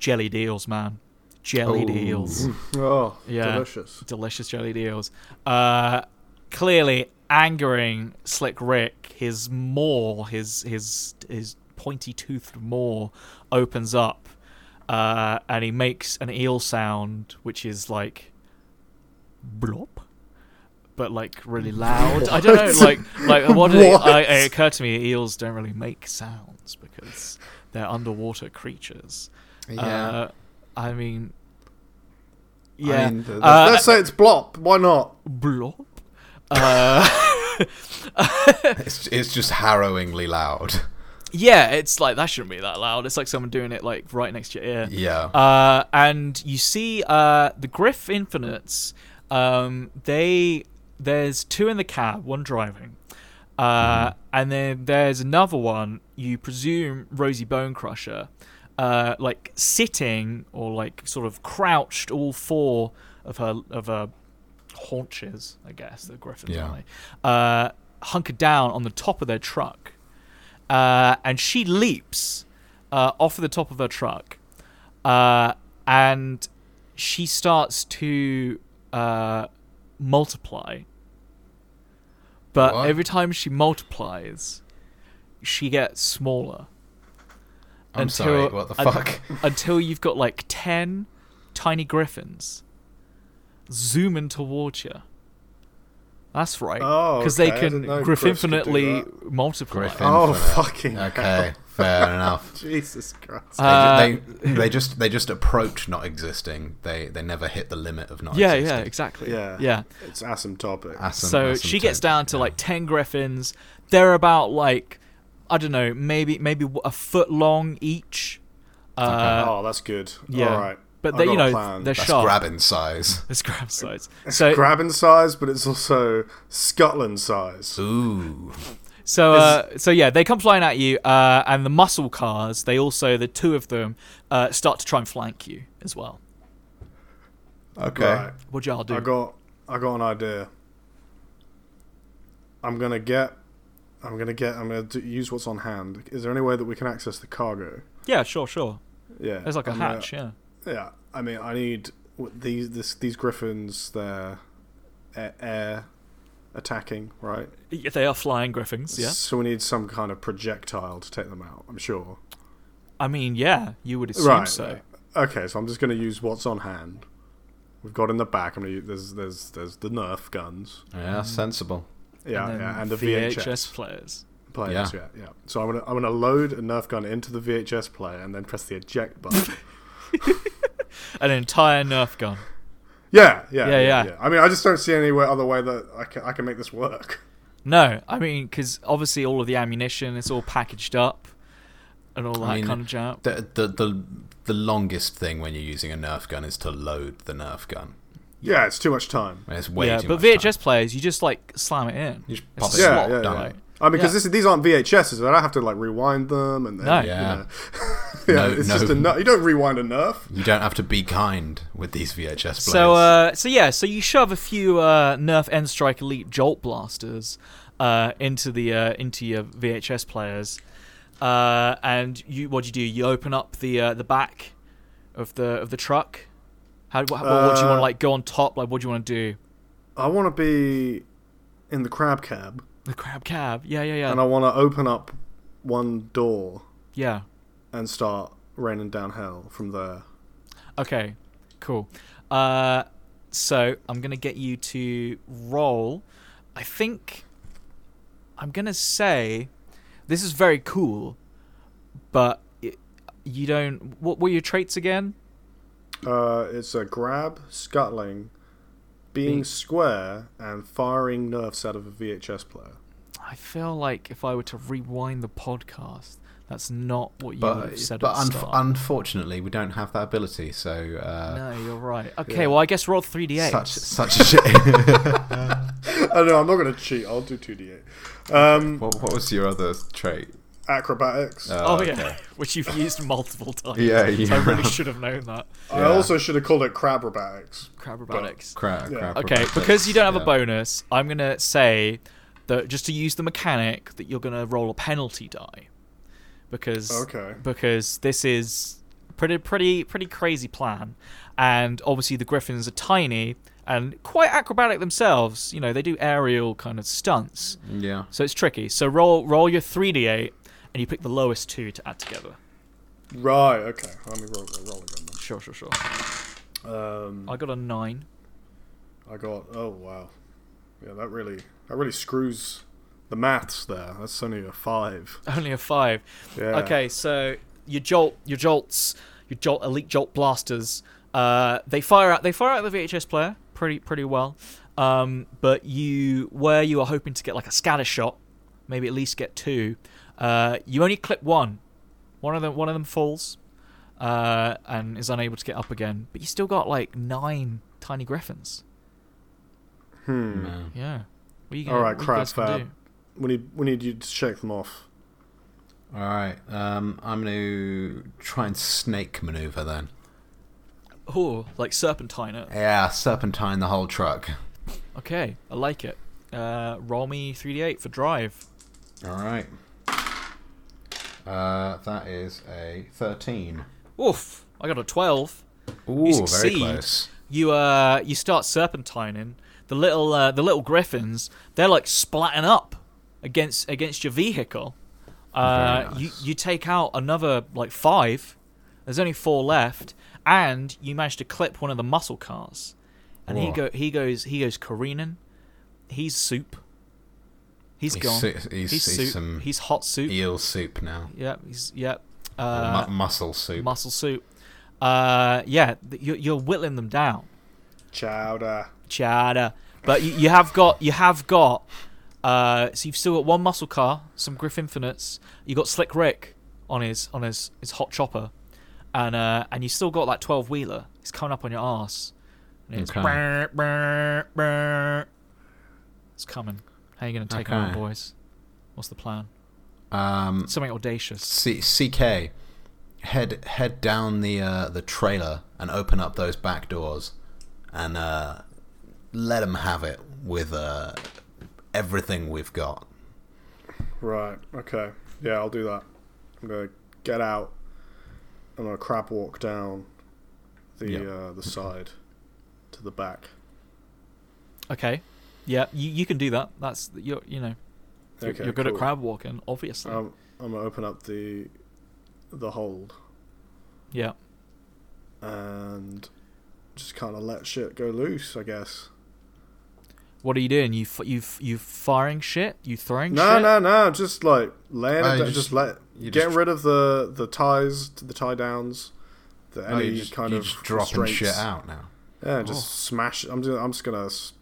[SPEAKER 4] jellied eels, man, jellied
[SPEAKER 3] Oh.
[SPEAKER 4] eels
[SPEAKER 2] oh,
[SPEAKER 4] yeah.
[SPEAKER 2] delicious.
[SPEAKER 4] Delicious jelly deals. Uh, clearly angering Slick Rick, his maw, his his his pointy toothed maw opens up, uh, and he makes an eel sound, which is like blop. But like really loud. I don't know. Like, like what? do they-
[SPEAKER 2] What?
[SPEAKER 4] I, it occurred to me, eels don't really make sounds because they're underwater creatures.
[SPEAKER 3] Yeah.
[SPEAKER 4] Uh, I mean, yeah.
[SPEAKER 3] mean, th-
[SPEAKER 4] uh,
[SPEAKER 2] Let's say it's Blop. Why not?
[SPEAKER 4] blop. Uh,
[SPEAKER 3] It's, it's just harrowingly loud.
[SPEAKER 4] yeah, it's like that shouldn't be that loud. It's like someone doing it like right next to your ear.
[SPEAKER 3] Yeah.
[SPEAKER 4] Uh, and you see uh, the Griff Infinites. Um, they there's two in the cab, one driving, uh, and then there's another one. You presume Rosie Bone Crusher, uh, like sitting or like sort of crouched, all four of her of her haunches, I guess. The Griffins,
[SPEAKER 3] Yeah.
[SPEAKER 4] aren't they? Uh, hunkered down on the top of their truck, uh, and she leaps uh, off of the top of her truck uh, and she starts to uh, multiply. But
[SPEAKER 3] What?
[SPEAKER 4] every time she multiplies, she gets smaller.
[SPEAKER 3] I'm sorry, what the
[SPEAKER 4] un-
[SPEAKER 3] fuck?
[SPEAKER 4] until you've got like 10 tiny griffins zooming towards you. That's right.
[SPEAKER 2] Oh,
[SPEAKER 4] because
[SPEAKER 2] okay, I
[SPEAKER 4] they
[SPEAKER 2] didn't
[SPEAKER 4] can
[SPEAKER 2] know
[SPEAKER 4] griff
[SPEAKER 2] Griffs could do
[SPEAKER 4] infinitely
[SPEAKER 2] that.
[SPEAKER 4] multiply.
[SPEAKER 3] Griff
[SPEAKER 2] Oh,
[SPEAKER 3] Infinite.
[SPEAKER 2] fucking
[SPEAKER 3] Okay,
[SPEAKER 2] hell.
[SPEAKER 3] fair enough.
[SPEAKER 2] Jesus Christ.
[SPEAKER 4] Uh,
[SPEAKER 3] they, they they just they just approach not existing. They they never hit the limit of not
[SPEAKER 4] yeah,
[SPEAKER 3] existing.
[SPEAKER 4] yeah, exactly.
[SPEAKER 2] yeah.
[SPEAKER 4] yeah.
[SPEAKER 2] It's asymptotic.
[SPEAKER 3] Asymptotic.
[SPEAKER 4] So she gets
[SPEAKER 3] asymptotic.
[SPEAKER 4] down to like ten griffins. They're about like I don't know, maybe maybe a foot long each. Uh,
[SPEAKER 2] oh, that's good.
[SPEAKER 4] yeah,
[SPEAKER 2] All right.
[SPEAKER 4] but
[SPEAKER 2] I've
[SPEAKER 4] they, you
[SPEAKER 2] got a
[SPEAKER 4] know,
[SPEAKER 2] plan.
[SPEAKER 4] they're
[SPEAKER 3] That's
[SPEAKER 4] sharp.
[SPEAKER 3] grabbing size.
[SPEAKER 4] It's grab size. So
[SPEAKER 2] grabbing size, but it's also Scotland size.
[SPEAKER 3] Ooh.
[SPEAKER 4] So, uh, so yeah, they come flying at you, uh, and the muscle cars. They also the two of them uh, start to try and flank you as well.
[SPEAKER 3] Okay.
[SPEAKER 2] Right.
[SPEAKER 4] What y'all do?
[SPEAKER 2] I got I got an idea. I'm gonna get I'm gonna get I'm gonna do, use what's on hand. Is there any way that we can access the cargo?
[SPEAKER 4] yeah, sure, sure.
[SPEAKER 2] Yeah,
[SPEAKER 4] There's like a
[SPEAKER 2] I'm uh, gonna-
[SPEAKER 4] hatch. Yeah.
[SPEAKER 2] yeah, I mean, I need w- these this, these griffins. They're a- air attacking, right?
[SPEAKER 4] yeah, they are flying griffins. Yeah.
[SPEAKER 2] So we need some kind of projectile to take them out. I'm sure.
[SPEAKER 4] I mean, yeah, you would assume
[SPEAKER 2] right.
[SPEAKER 4] so.
[SPEAKER 2] Okay, so I'm just gonna use what's on hand. We've got in the back. I'm gonna use, there's there's there's the Nerf guns.
[SPEAKER 4] Mm.
[SPEAKER 3] Yeah, sensible.
[SPEAKER 2] Yeah,
[SPEAKER 4] then
[SPEAKER 2] yeah, and the
[SPEAKER 4] VHS players.
[SPEAKER 2] players. Yeah.
[SPEAKER 3] Yeah.
[SPEAKER 2] yeah, So I'm gonna I'm gonna load a Nerf gun into the VHS player and then press the eject button.
[SPEAKER 4] An entire Nerf gun.
[SPEAKER 2] yeah, yeah,
[SPEAKER 4] Yeah, yeah.
[SPEAKER 2] I mean, I just don't see any way, other way that I can I can make this work.
[SPEAKER 4] No, I mean, because obviously all of the ammunition is all packaged up and all that
[SPEAKER 3] mean,
[SPEAKER 4] kind of junk.
[SPEAKER 3] The, the the the longest thing when you're using a Nerf gun is to load the Nerf gun.
[SPEAKER 2] Yeah, it's too much time.
[SPEAKER 3] And It's way
[SPEAKER 4] yeah,
[SPEAKER 3] too
[SPEAKER 4] but
[SPEAKER 3] much
[SPEAKER 4] VHS players, you just like slam it in.
[SPEAKER 3] You just
[SPEAKER 4] It's
[SPEAKER 3] pop
[SPEAKER 4] a
[SPEAKER 3] it in.
[SPEAKER 2] Yeah,
[SPEAKER 4] slot,
[SPEAKER 2] yeah, yeah.
[SPEAKER 4] right?
[SPEAKER 2] I mean, because
[SPEAKER 4] Yeah.
[SPEAKER 2] these aren't VHSs, I don't have to like rewind them and then,
[SPEAKER 4] No.
[SPEAKER 2] you
[SPEAKER 3] Yeah.
[SPEAKER 2] know. yeah,
[SPEAKER 3] No,
[SPEAKER 2] it's
[SPEAKER 3] no.
[SPEAKER 2] just a Nerf. You don't rewind a Nerf.
[SPEAKER 3] time. You don't have to be kind with these VHS players.
[SPEAKER 4] So, uh, so yeah, so you shove a few uh, Nerf End Strike Elite Jolt Blasters uh, into the uh, into your VHS players, uh, and you what do you do? You open up the uh, the back of the of the truck. How what, what, what do you want
[SPEAKER 2] Uh,
[SPEAKER 4] to like go on top? Like what do you want to do?
[SPEAKER 2] I want to be in the crab cab
[SPEAKER 4] The crab cab. Yeah, yeah, yeah,
[SPEAKER 2] and I want to open up one door
[SPEAKER 4] yeah.
[SPEAKER 2] and start raining down hell from there.
[SPEAKER 4] Okay, cool. Uh, so I'm gonna get you to roll. I think I'm gonna say this is very cool, but it, you don't. What were your traits again?
[SPEAKER 2] Uh, it's a grab, scuttling, being square, and firing nerfs out of a VHS player.
[SPEAKER 4] I feel like if I were to rewind the podcast, that's not what you would
[SPEAKER 3] but
[SPEAKER 4] have said.
[SPEAKER 3] but
[SPEAKER 4] at the
[SPEAKER 3] unf-
[SPEAKER 4] start.
[SPEAKER 3] unfortunately, we don't have that ability. So uh,
[SPEAKER 4] no, you're right. Okay, well I guess roll three d eight.
[SPEAKER 3] such such a shit.
[SPEAKER 2] Oh no, I'm not going to cheat. I'll do 2d8. Um,
[SPEAKER 3] what, what was your other trait?
[SPEAKER 2] acrobatics.
[SPEAKER 3] Uh,
[SPEAKER 4] Oh
[SPEAKER 3] okay.
[SPEAKER 4] yeah, which you've used multiple times.
[SPEAKER 3] Yeah,
[SPEAKER 4] So I
[SPEAKER 3] you
[SPEAKER 4] really
[SPEAKER 3] have.
[SPEAKER 4] should have known that.
[SPEAKER 2] I
[SPEAKER 3] yeah.
[SPEAKER 2] also should have called it crab acrobatics.
[SPEAKER 4] Crab acrobatics.
[SPEAKER 3] Crap.
[SPEAKER 2] Yeah.
[SPEAKER 3] crap
[SPEAKER 4] Okay,
[SPEAKER 3] acrobatics,
[SPEAKER 4] because you don't have
[SPEAKER 3] yeah.
[SPEAKER 4] a bonus, I'm gonna say that just to use the mechanic that you're gonna roll a penalty die, because
[SPEAKER 2] Okay.
[SPEAKER 4] because this is pretty pretty pretty crazy plan, and obviously the Griffins are tiny and quite acrobatic themselves. You know they do aerial kind of stunts,
[SPEAKER 3] Yeah.
[SPEAKER 4] so it's tricky. So roll roll your three d8, and you pick the lowest two to add together.
[SPEAKER 2] Right, okay. Let me roll, roll again then.
[SPEAKER 4] Sure, sure, sure.
[SPEAKER 2] Um,
[SPEAKER 4] I got a nine.
[SPEAKER 2] I got. Oh wow, yeah, that really that really screws the maths there. That's only a five.
[SPEAKER 4] Only a five.
[SPEAKER 2] Yeah.
[SPEAKER 4] Okay, so your jolt, your jolts, your jolt, elite jolt blasters. Uh, they fire out. They fire out the VHS player pretty pretty well. Um, but you, where you are hoping to get like a scatter shot, maybe at least get two. Uh, you only clip one. One of them. One of them falls, uh, and is unable to get up again. But you still got like nine tiny griffins.
[SPEAKER 2] Hmm.
[SPEAKER 4] Yeah. What are you
[SPEAKER 2] All right,
[SPEAKER 4] what you
[SPEAKER 2] crab
[SPEAKER 4] guys gonna
[SPEAKER 2] fab.
[SPEAKER 4] do?
[SPEAKER 2] We need we need you to shake them off.
[SPEAKER 3] All right. Um, I'm going to try and snake maneuver then.
[SPEAKER 4] Oh, like serpentine it.
[SPEAKER 3] Yeah, serpentine the whole truck.
[SPEAKER 4] Okay, I like it. Uh, roll me 3d8 for drive.
[SPEAKER 3] All right. Uh, that is a 13.
[SPEAKER 4] Oof, I got a 12.
[SPEAKER 3] Ooh,
[SPEAKER 4] you succeed. You uh, you start serpentining. The little uh, the little griffins, they're like splatting up against against your vehicle. Uh,
[SPEAKER 3] Very
[SPEAKER 4] you
[SPEAKER 3] nice.
[SPEAKER 4] you take out another like five. There's only four left, and you manage to clip one of the muscle cars, and he
[SPEAKER 3] Whoa.
[SPEAKER 4] go he goes he goes careening he's soup. He's
[SPEAKER 3] He's
[SPEAKER 4] gone.
[SPEAKER 3] su- he's-
[SPEAKER 4] he's
[SPEAKER 3] he's
[SPEAKER 4] soup.
[SPEAKER 3] some-
[SPEAKER 4] he's hot soup.
[SPEAKER 3] Eel soup now.
[SPEAKER 4] Yep. He's yep.
[SPEAKER 3] Or
[SPEAKER 4] Uh,
[SPEAKER 3] mu- mussel soup.
[SPEAKER 4] muscle soup. Uh, yeah, th- you're, you're whittling them down,
[SPEAKER 2] Chowder.
[SPEAKER 4] chada. But you, you have got you have got. Uh, so you've still got one muscle car, some Griff Infinites. You got Slick Rick on his on his his hot chopper, and uh, and you still got that twelve wheeler. It's coming up on your ass. And it's
[SPEAKER 3] Okay.
[SPEAKER 4] brr, brr, brr. It's coming. How you gonna take it on,
[SPEAKER 3] Okay.
[SPEAKER 4] boys? What's the plan?
[SPEAKER 3] Um,
[SPEAKER 4] Something audacious.
[SPEAKER 3] C- CK, head head down the uh, the trailer and open up those back doors, and uh, let them have it with uh, everything we've got.
[SPEAKER 2] Right. Okay. Yeah, I'll do that. I'm gonna get out. I'm gonna crab walk down the
[SPEAKER 3] Yeah.
[SPEAKER 2] uh, the side to the back.
[SPEAKER 4] Okay. Yeah, you, you can do that. That's you're you know You're-
[SPEAKER 2] Okay,
[SPEAKER 4] you're good
[SPEAKER 2] cool.
[SPEAKER 4] at crab walking, obviously.
[SPEAKER 2] Um, I'm gonna open up the the hold
[SPEAKER 4] yeah.
[SPEAKER 2] and just kind of let shit go loose. I guess.
[SPEAKER 4] What are you doing? You f- you f- you firing shit? You throwing
[SPEAKER 2] No,
[SPEAKER 4] shit?
[SPEAKER 2] no, no. Just like laying
[SPEAKER 3] Oh,
[SPEAKER 2] it
[SPEAKER 3] you
[SPEAKER 2] down,
[SPEAKER 3] just-
[SPEAKER 2] just, let
[SPEAKER 3] you
[SPEAKER 2] get
[SPEAKER 3] just-
[SPEAKER 2] rid of the the ties, the tie downs, the
[SPEAKER 3] Oh,
[SPEAKER 2] any
[SPEAKER 3] you just,
[SPEAKER 2] kind
[SPEAKER 3] you
[SPEAKER 2] of
[SPEAKER 3] just dropping
[SPEAKER 2] restraints.
[SPEAKER 3] shit out Oh. now.
[SPEAKER 2] Yeah, just smash. I'm just, I'm just gonna s-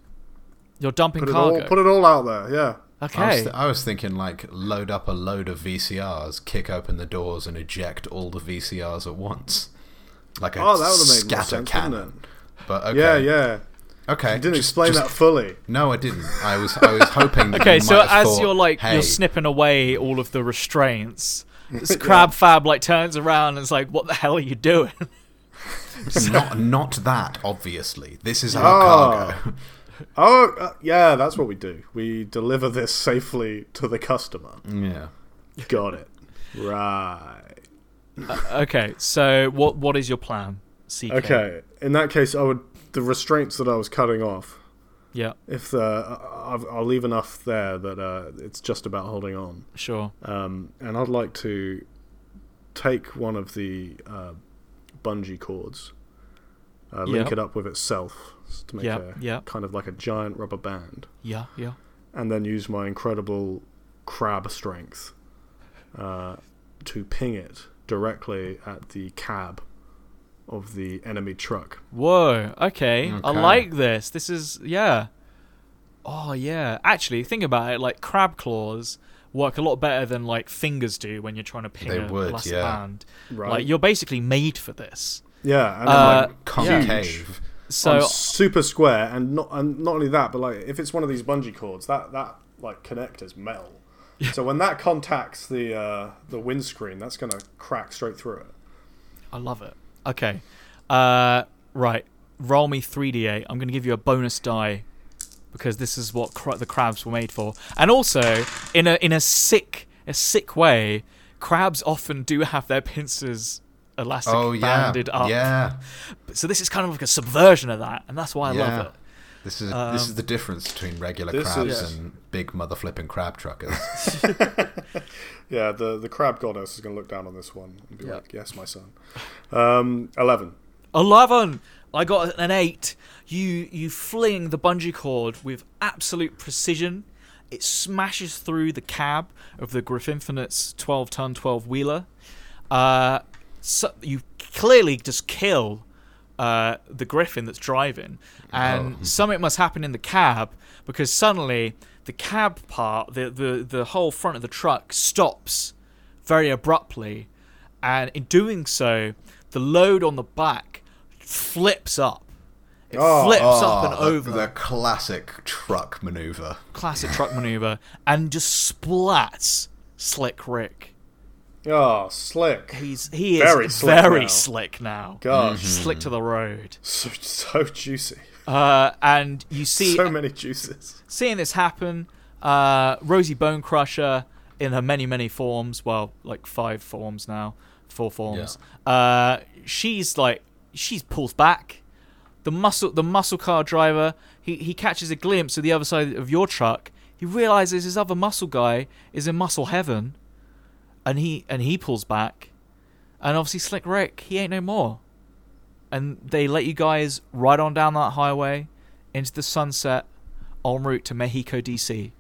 [SPEAKER 4] You're dumping
[SPEAKER 2] put it all
[SPEAKER 4] cargo.
[SPEAKER 2] put it all out there. Yeah.
[SPEAKER 3] I, was
[SPEAKER 4] okay.
[SPEAKER 3] th- I was thinking like load up a load of VCRs, kick open the doors, and eject all the VCRs at once, like a
[SPEAKER 2] Oh, that would have made more
[SPEAKER 3] scatter
[SPEAKER 2] sense,
[SPEAKER 3] cannon.
[SPEAKER 2] wouldn't it?
[SPEAKER 3] But okay,
[SPEAKER 2] Yeah, yeah.
[SPEAKER 3] okay.
[SPEAKER 2] I didn't
[SPEAKER 3] just-
[SPEAKER 2] explain
[SPEAKER 3] just-
[SPEAKER 2] that fully.
[SPEAKER 3] No, I didn't. I was I was hoping. That
[SPEAKER 4] okay,
[SPEAKER 3] you
[SPEAKER 4] so
[SPEAKER 3] might have
[SPEAKER 4] as
[SPEAKER 3] thought,
[SPEAKER 4] you're like
[SPEAKER 3] hey,
[SPEAKER 4] you're snipping away all of the restraints, this crab fab like turns around and is like, "What the hell are you doing?"
[SPEAKER 3] not not that obviously. This is our
[SPEAKER 2] Oh.
[SPEAKER 3] cargo.
[SPEAKER 2] Oh, uh, yeah, that's what we do. We deliver this safely to the customer.
[SPEAKER 3] yeah.
[SPEAKER 2] Got it. Right.
[SPEAKER 4] okay, so what what is your plan, CK?
[SPEAKER 2] Okay. In that case, I would the restraints that I was cutting off.
[SPEAKER 4] Yeah,
[SPEAKER 2] If the I- I've, I'll leave enough there that uh, it's just about holding on.
[SPEAKER 4] sure.
[SPEAKER 2] Um, and I'd like to take one of the uh, bungee cords, uh, link
[SPEAKER 4] Yeah.
[SPEAKER 2] it up with itself s- to make
[SPEAKER 4] Yeah,
[SPEAKER 2] a
[SPEAKER 4] yeah.
[SPEAKER 2] kind of like a giant rubber band,
[SPEAKER 4] Yeah, yeah.
[SPEAKER 2] and then use my incredible crab strength uh, to ping it directly at the cab of the enemy truck.
[SPEAKER 4] Whoa. Okay. I
[SPEAKER 3] Okay.
[SPEAKER 4] like this. This is yeah. Oh yeah. Actually, think about it. Like crab claws work a lot better than like fingers do when you're trying to ping
[SPEAKER 3] They
[SPEAKER 4] a
[SPEAKER 3] would,
[SPEAKER 4] elastic
[SPEAKER 3] yeah.
[SPEAKER 4] band.
[SPEAKER 2] Right.
[SPEAKER 4] Like you're basically made for this.
[SPEAKER 2] Yeah, and
[SPEAKER 4] Uh,
[SPEAKER 2] I'm like
[SPEAKER 3] Concave.
[SPEAKER 4] So
[SPEAKER 2] I'm super square, and not and not only that, but like if it's one of these bungee cords, that that like connector's metal. So when that contacts the uh, the windscreen, that's gonna crack straight through it.
[SPEAKER 4] I love it. Okay. Uh, right. Roll me 3d8. I'm going to give you a bonus die because this is what cra- the crabs were made for. And also, in a in a sick a sick way, crabs often do have their pincers elastic
[SPEAKER 3] Oh yeah.
[SPEAKER 4] banded up.
[SPEAKER 3] Yeah.
[SPEAKER 4] So this is kind of like a subversion of that, and that's why I
[SPEAKER 3] yeah.
[SPEAKER 4] love it. Um,
[SPEAKER 3] This is this is the difference between regular
[SPEAKER 2] This
[SPEAKER 3] crabs
[SPEAKER 2] is-
[SPEAKER 3] and big mother flipping crab truckers.
[SPEAKER 2] Yeah, the the crab goddess is gonna look down on this one and be
[SPEAKER 4] Yeah.
[SPEAKER 2] like, "Yes, my son." Um, Eleven.
[SPEAKER 4] Eleven. I got an eight. You you fling the bungee cord with absolute precision. It smashes through the cab of the Griffinfinite's twelve-ton twelve-wheeler. Uh, so you clearly just kill uh, the Griffin that's driving, and
[SPEAKER 3] Oh.
[SPEAKER 4] something must happen in the cab because suddenly the cab part, the the the whole front of the truck stops very abruptly, and in doing so, the load on the back flips up. It
[SPEAKER 2] Ah,
[SPEAKER 4] flips up and
[SPEAKER 3] Oh,
[SPEAKER 4] over.
[SPEAKER 3] The, the classic truck maneuver.
[SPEAKER 4] Classic truck maneuver, and just splats Slick Rick.
[SPEAKER 2] Oh, slick.
[SPEAKER 4] He's he is very
[SPEAKER 2] Very
[SPEAKER 4] slick
[SPEAKER 2] slick
[SPEAKER 4] very
[SPEAKER 2] now.
[SPEAKER 4] slick now.
[SPEAKER 2] Gosh,
[SPEAKER 4] Slick to the road.
[SPEAKER 2] so so juicy.
[SPEAKER 4] Uh, and you see uh,
[SPEAKER 2] so many juices.
[SPEAKER 4] seeing this happen, uh, Rosie Bone Crusher in her many, many forms, well, like five forms now, four forms. Uh, she's like, she's pulls back. The muscle, the muscle car driver, he, he catches a glimpse of the other side of your truck. He realizes his other muscle guy is in muscle heaven, and he and he pulls back. And obviously, Slick Rick, he ain't no more. And they let you guys ride on down that highway into the sunset en route to Mexico DC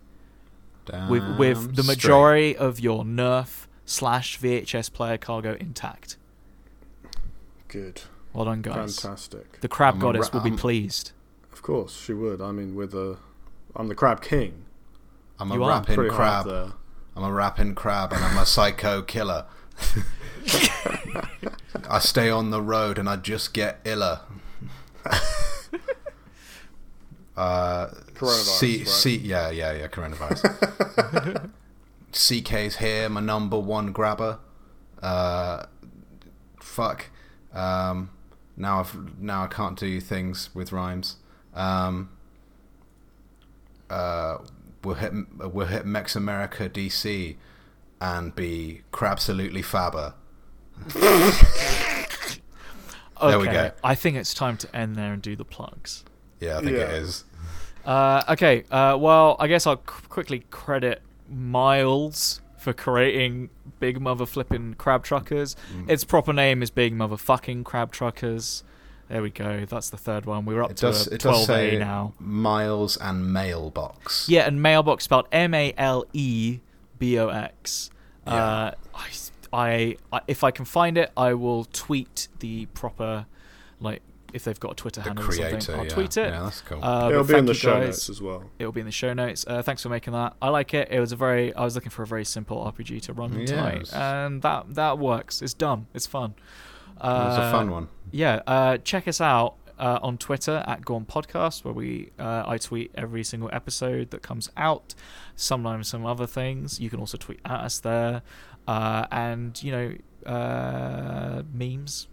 [SPEAKER 3] Damn
[SPEAKER 4] with, with
[SPEAKER 3] Ah,
[SPEAKER 4] the
[SPEAKER 3] straight.
[SPEAKER 4] majority of your Nerf slash VHS player cargo intact.
[SPEAKER 2] Good.
[SPEAKER 4] Well done, guys.
[SPEAKER 2] Fantastic.
[SPEAKER 4] The crab
[SPEAKER 3] I'm a
[SPEAKER 4] goddess
[SPEAKER 3] ra-
[SPEAKER 4] will be
[SPEAKER 3] I'm-
[SPEAKER 4] pleased.
[SPEAKER 2] Of course, she would. I mean, with a. I'm the Crab King.
[SPEAKER 3] I'm a
[SPEAKER 4] You are
[SPEAKER 3] rapping
[SPEAKER 2] Pretty hard
[SPEAKER 3] crab.
[SPEAKER 2] there.
[SPEAKER 3] I'm a rapping crab and I'm a psycho killer. I stay on the road and I just get iller. uh,
[SPEAKER 2] Coronavirus,
[SPEAKER 3] C,
[SPEAKER 2] right?
[SPEAKER 3] C, yeah, yeah, yeah, coronavirus. CK's here, my number one grabber. Uh, fuck. Um, now I've now I can't do things with rhymes. Um, uh, we'll hit we'll hit Mex America DC and be crabsolutely fabber.
[SPEAKER 4] Okay,
[SPEAKER 3] There we go.
[SPEAKER 4] I think it's time to end there and do the plugs.
[SPEAKER 3] Yeah, I think
[SPEAKER 2] Yeah.
[SPEAKER 3] it is.
[SPEAKER 4] Uh, okay, uh, well, I guess I'll c- quickly credit Miles for creating Big Mother Flipping Crab Truckers.
[SPEAKER 3] Mm.
[SPEAKER 4] Its proper name is Big Mother Fucking Crab Truckers. There we go. That's the third one. We're up
[SPEAKER 3] It
[SPEAKER 4] to
[SPEAKER 3] does.
[SPEAKER 4] a
[SPEAKER 3] It does
[SPEAKER 4] 12A
[SPEAKER 3] say
[SPEAKER 4] now.
[SPEAKER 3] miles and mailbox.
[SPEAKER 4] Yeah, and mailbox spelled M A L E B O X. Uh, I, I, I, if I can find it, I will tweet the proper, like, if they've got a Twitter handle or
[SPEAKER 3] creator.
[SPEAKER 4] something, I'll
[SPEAKER 3] yeah.
[SPEAKER 4] tweet it.
[SPEAKER 3] Yeah, that's cool.
[SPEAKER 4] Uh,
[SPEAKER 2] It'll
[SPEAKER 4] but
[SPEAKER 2] be in
[SPEAKER 4] thank
[SPEAKER 2] the
[SPEAKER 4] you
[SPEAKER 2] show
[SPEAKER 4] guys.
[SPEAKER 2] notes as well.
[SPEAKER 4] It'll be in the show notes. Uh, thanks for making that. I like it. It was a very. I was looking for a very simple RPG to run tonight,
[SPEAKER 3] Yes.
[SPEAKER 4] and that that works. It's dumb. It's fun.
[SPEAKER 3] it was a
[SPEAKER 4] Uh,
[SPEAKER 3] fun one.
[SPEAKER 4] yeah, uh, check us out uh, on Twitter at Gorn Podcast, where we uh, I tweet every single episode that comes out, sometimes some other things. You can also tweet at us there, uh, and you know uh, memes.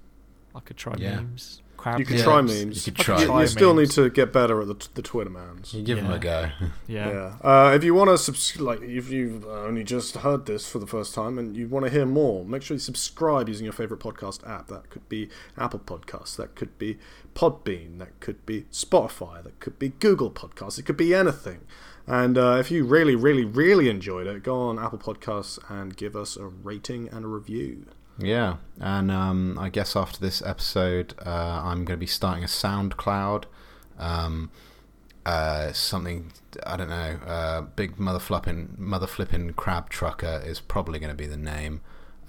[SPEAKER 4] I could try
[SPEAKER 3] Yeah.
[SPEAKER 4] memes. Crab
[SPEAKER 2] You could
[SPEAKER 4] memes.
[SPEAKER 2] try memes.
[SPEAKER 3] You could
[SPEAKER 4] I
[SPEAKER 3] try.
[SPEAKER 4] could
[SPEAKER 2] You,
[SPEAKER 4] try
[SPEAKER 2] you still need
[SPEAKER 4] memes.
[SPEAKER 2] to get better at the, t- the Twitter mans.
[SPEAKER 3] You give them
[SPEAKER 4] Yeah.
[SPEAKER 3] a go.
[SPEAKER 4] Yeah.
[SPEAKER 2] Yeah. Uh, if you want to subs- like, if you've only just heard this for the first time and you want to hear more, make sure you subscribe using your favorite podcast app. That could be Apple Podcasts, that could be Podbean, that could be Spotify, that could be Google Podcasts. It could be anything. And uh, if you really, really, really enjoyed it, go on Apple Podcasts and give us a rating and a review.
[SPEAKER 3] Yeah, and um, I guess after this episode, uh, I'm going to be starting a SoundCloud, um, uh, something I don't know. Uh, big mother flipping mother flipping crab trucker is probably going to be the name,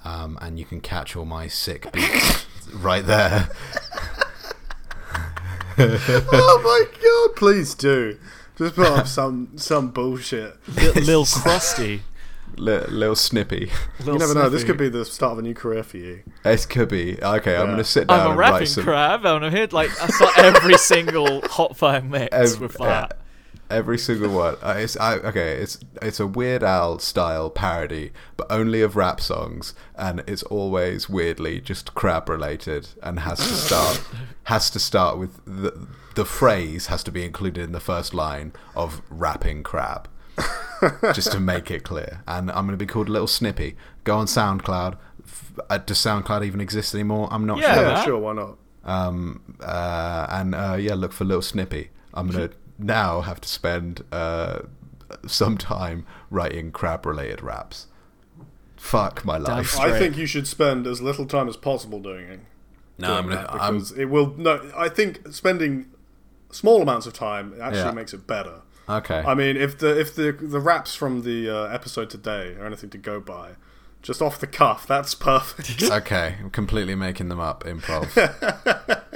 [SPEAKER 3] um, and you can catch all my sick beats right there.
[SPEAKER 2] oh my god! Please do. Just put up some some bullshit.
[SPEAKER 4] Li- Lil Krusty.
[SPEAKER 3] Li- little snippy.
[SPEAKER 2] You never know. This could be the start of a new career for you.
[SPEAKER 3] This could be okay. I'm going to sit down
[SPEAKER 4] I'm a
[SPEAKER 3] and write
[SPEAKER 4] rapping
[SPEAKER 3] some
[SPEAKER 4] crab, and I'm hit like I saw every single hot fire mix
[SPEAKER 3] Ev-
[SPEAKER 4] with that.
[SPEAKER 3] uh, Every single one. Uh, it's I, okay. It's it's a Weird Al style parody, but only of rap songs, and it's always weirdly just crab related, and has to start has to start with the the phrase has to be included in the first line of rapping crab, just to make it clear. And I'm going to be called Little Snippy. Go on SoundCloud. F- uh, Does SoundCloud even exist anymore? I'm not
[SPEAKER 4] Yeah.
[SPEAKER 3] sure.
[SPEAKER 2] Yeah,
[SPEAKER 4] that.
[SPEAKER 2] sure. Why not?
[SPEAKER 3] Um, uh, and uh, yeah, look for Little Snippy. I'm gonna now have to spend uh, some time writing crab-related raps. Fuck my life.
[SPEAKER 4] straight.
[SPEAKER 2] I think you should spend as little time as possible doing it.
[SPEAKER 3] no, I'm
[SPEAKER 2] doing
[SPEAKER 3] gonna.
[SPEAKER 2] that
[SPEAKER 3] Um, I'm,
[SPEAKER 2] because it will. No, I think spending small amounts of time actually
[SPEAKER 3] Yeah.
[SPEAKER 2] makes it better.
[SPEAKER 3] okay.
[SPEAKER 2] I mean, if the if the the raps from the uh, episode today are anything to go by, just off the cuff, that's perfect.
[SPEAKER 3] okay. I'm completely making them up. Improv.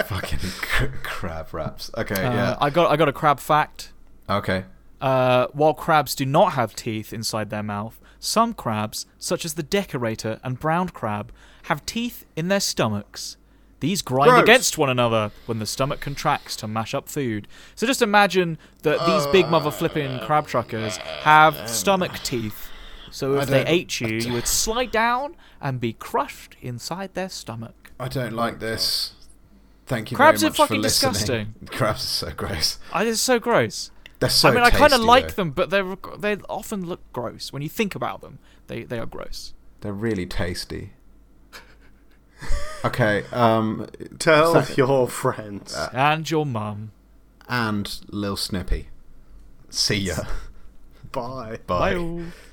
[SPEAKER 3] Fucking c- crab raps. Okay.
[SPEAKER 4] Uh, I got I got a crab fact.
[SPEAKER 3] yeah. Okay.
[SPEAKER 4] Uh, while crabs do not have teeth inside their mouth, some crabs, such as the decorator and brown crab, have teeth in their stomachs. These grind
[SPEAKER 2] Gross.
[SPEAKER 4] against one another when the stomach contracts to mash up food. So just imagine that these big mother flipping crab truckers have stomach teeth. So if they
[SPEAKER 3] don't-
[SPEAKER 4] ate you, you would slide down and be crushed inside their stomach.
[SPEAKER 3] I don't like this. Thank you
[SPEAKER 4] Crabs
[SPEAKER 3] very
[SPEAKER 4] are
[SPEAKER 3] much for
[SPEAKER 4] fucking
[SPEAKER 3] listening.
[SPEAKER 4] disgusting.
[SPEAKER 3] Crabs are so gross.
[SPEAKER 4] I, it's so gross.
[SPEAKER 3] They're so.
[SPEAKER 4] I mean, I kind of
[SPEAKER 3] tasty,
[SPEAKER 4] like
[SPEAKER 3] though.
[SPEAKER 4] them, but they they often look gross when you think about them. They they are gross.
[SPEAKER 3] They're really tasty. okay, um,
[SPEAKER 2] Tell
[SPEAKER 3] Sorry.
[SPEAKER 2] your friends.
[SPEAKER 3] Uh,
[SPEAKER 4] And your mum.
[SPEAKER 3] and Lil Snippy. See ya.
[SPEAKER 2] Bye.
[SPEAKER 3] Bye.
[SPEAKER 4] Bye.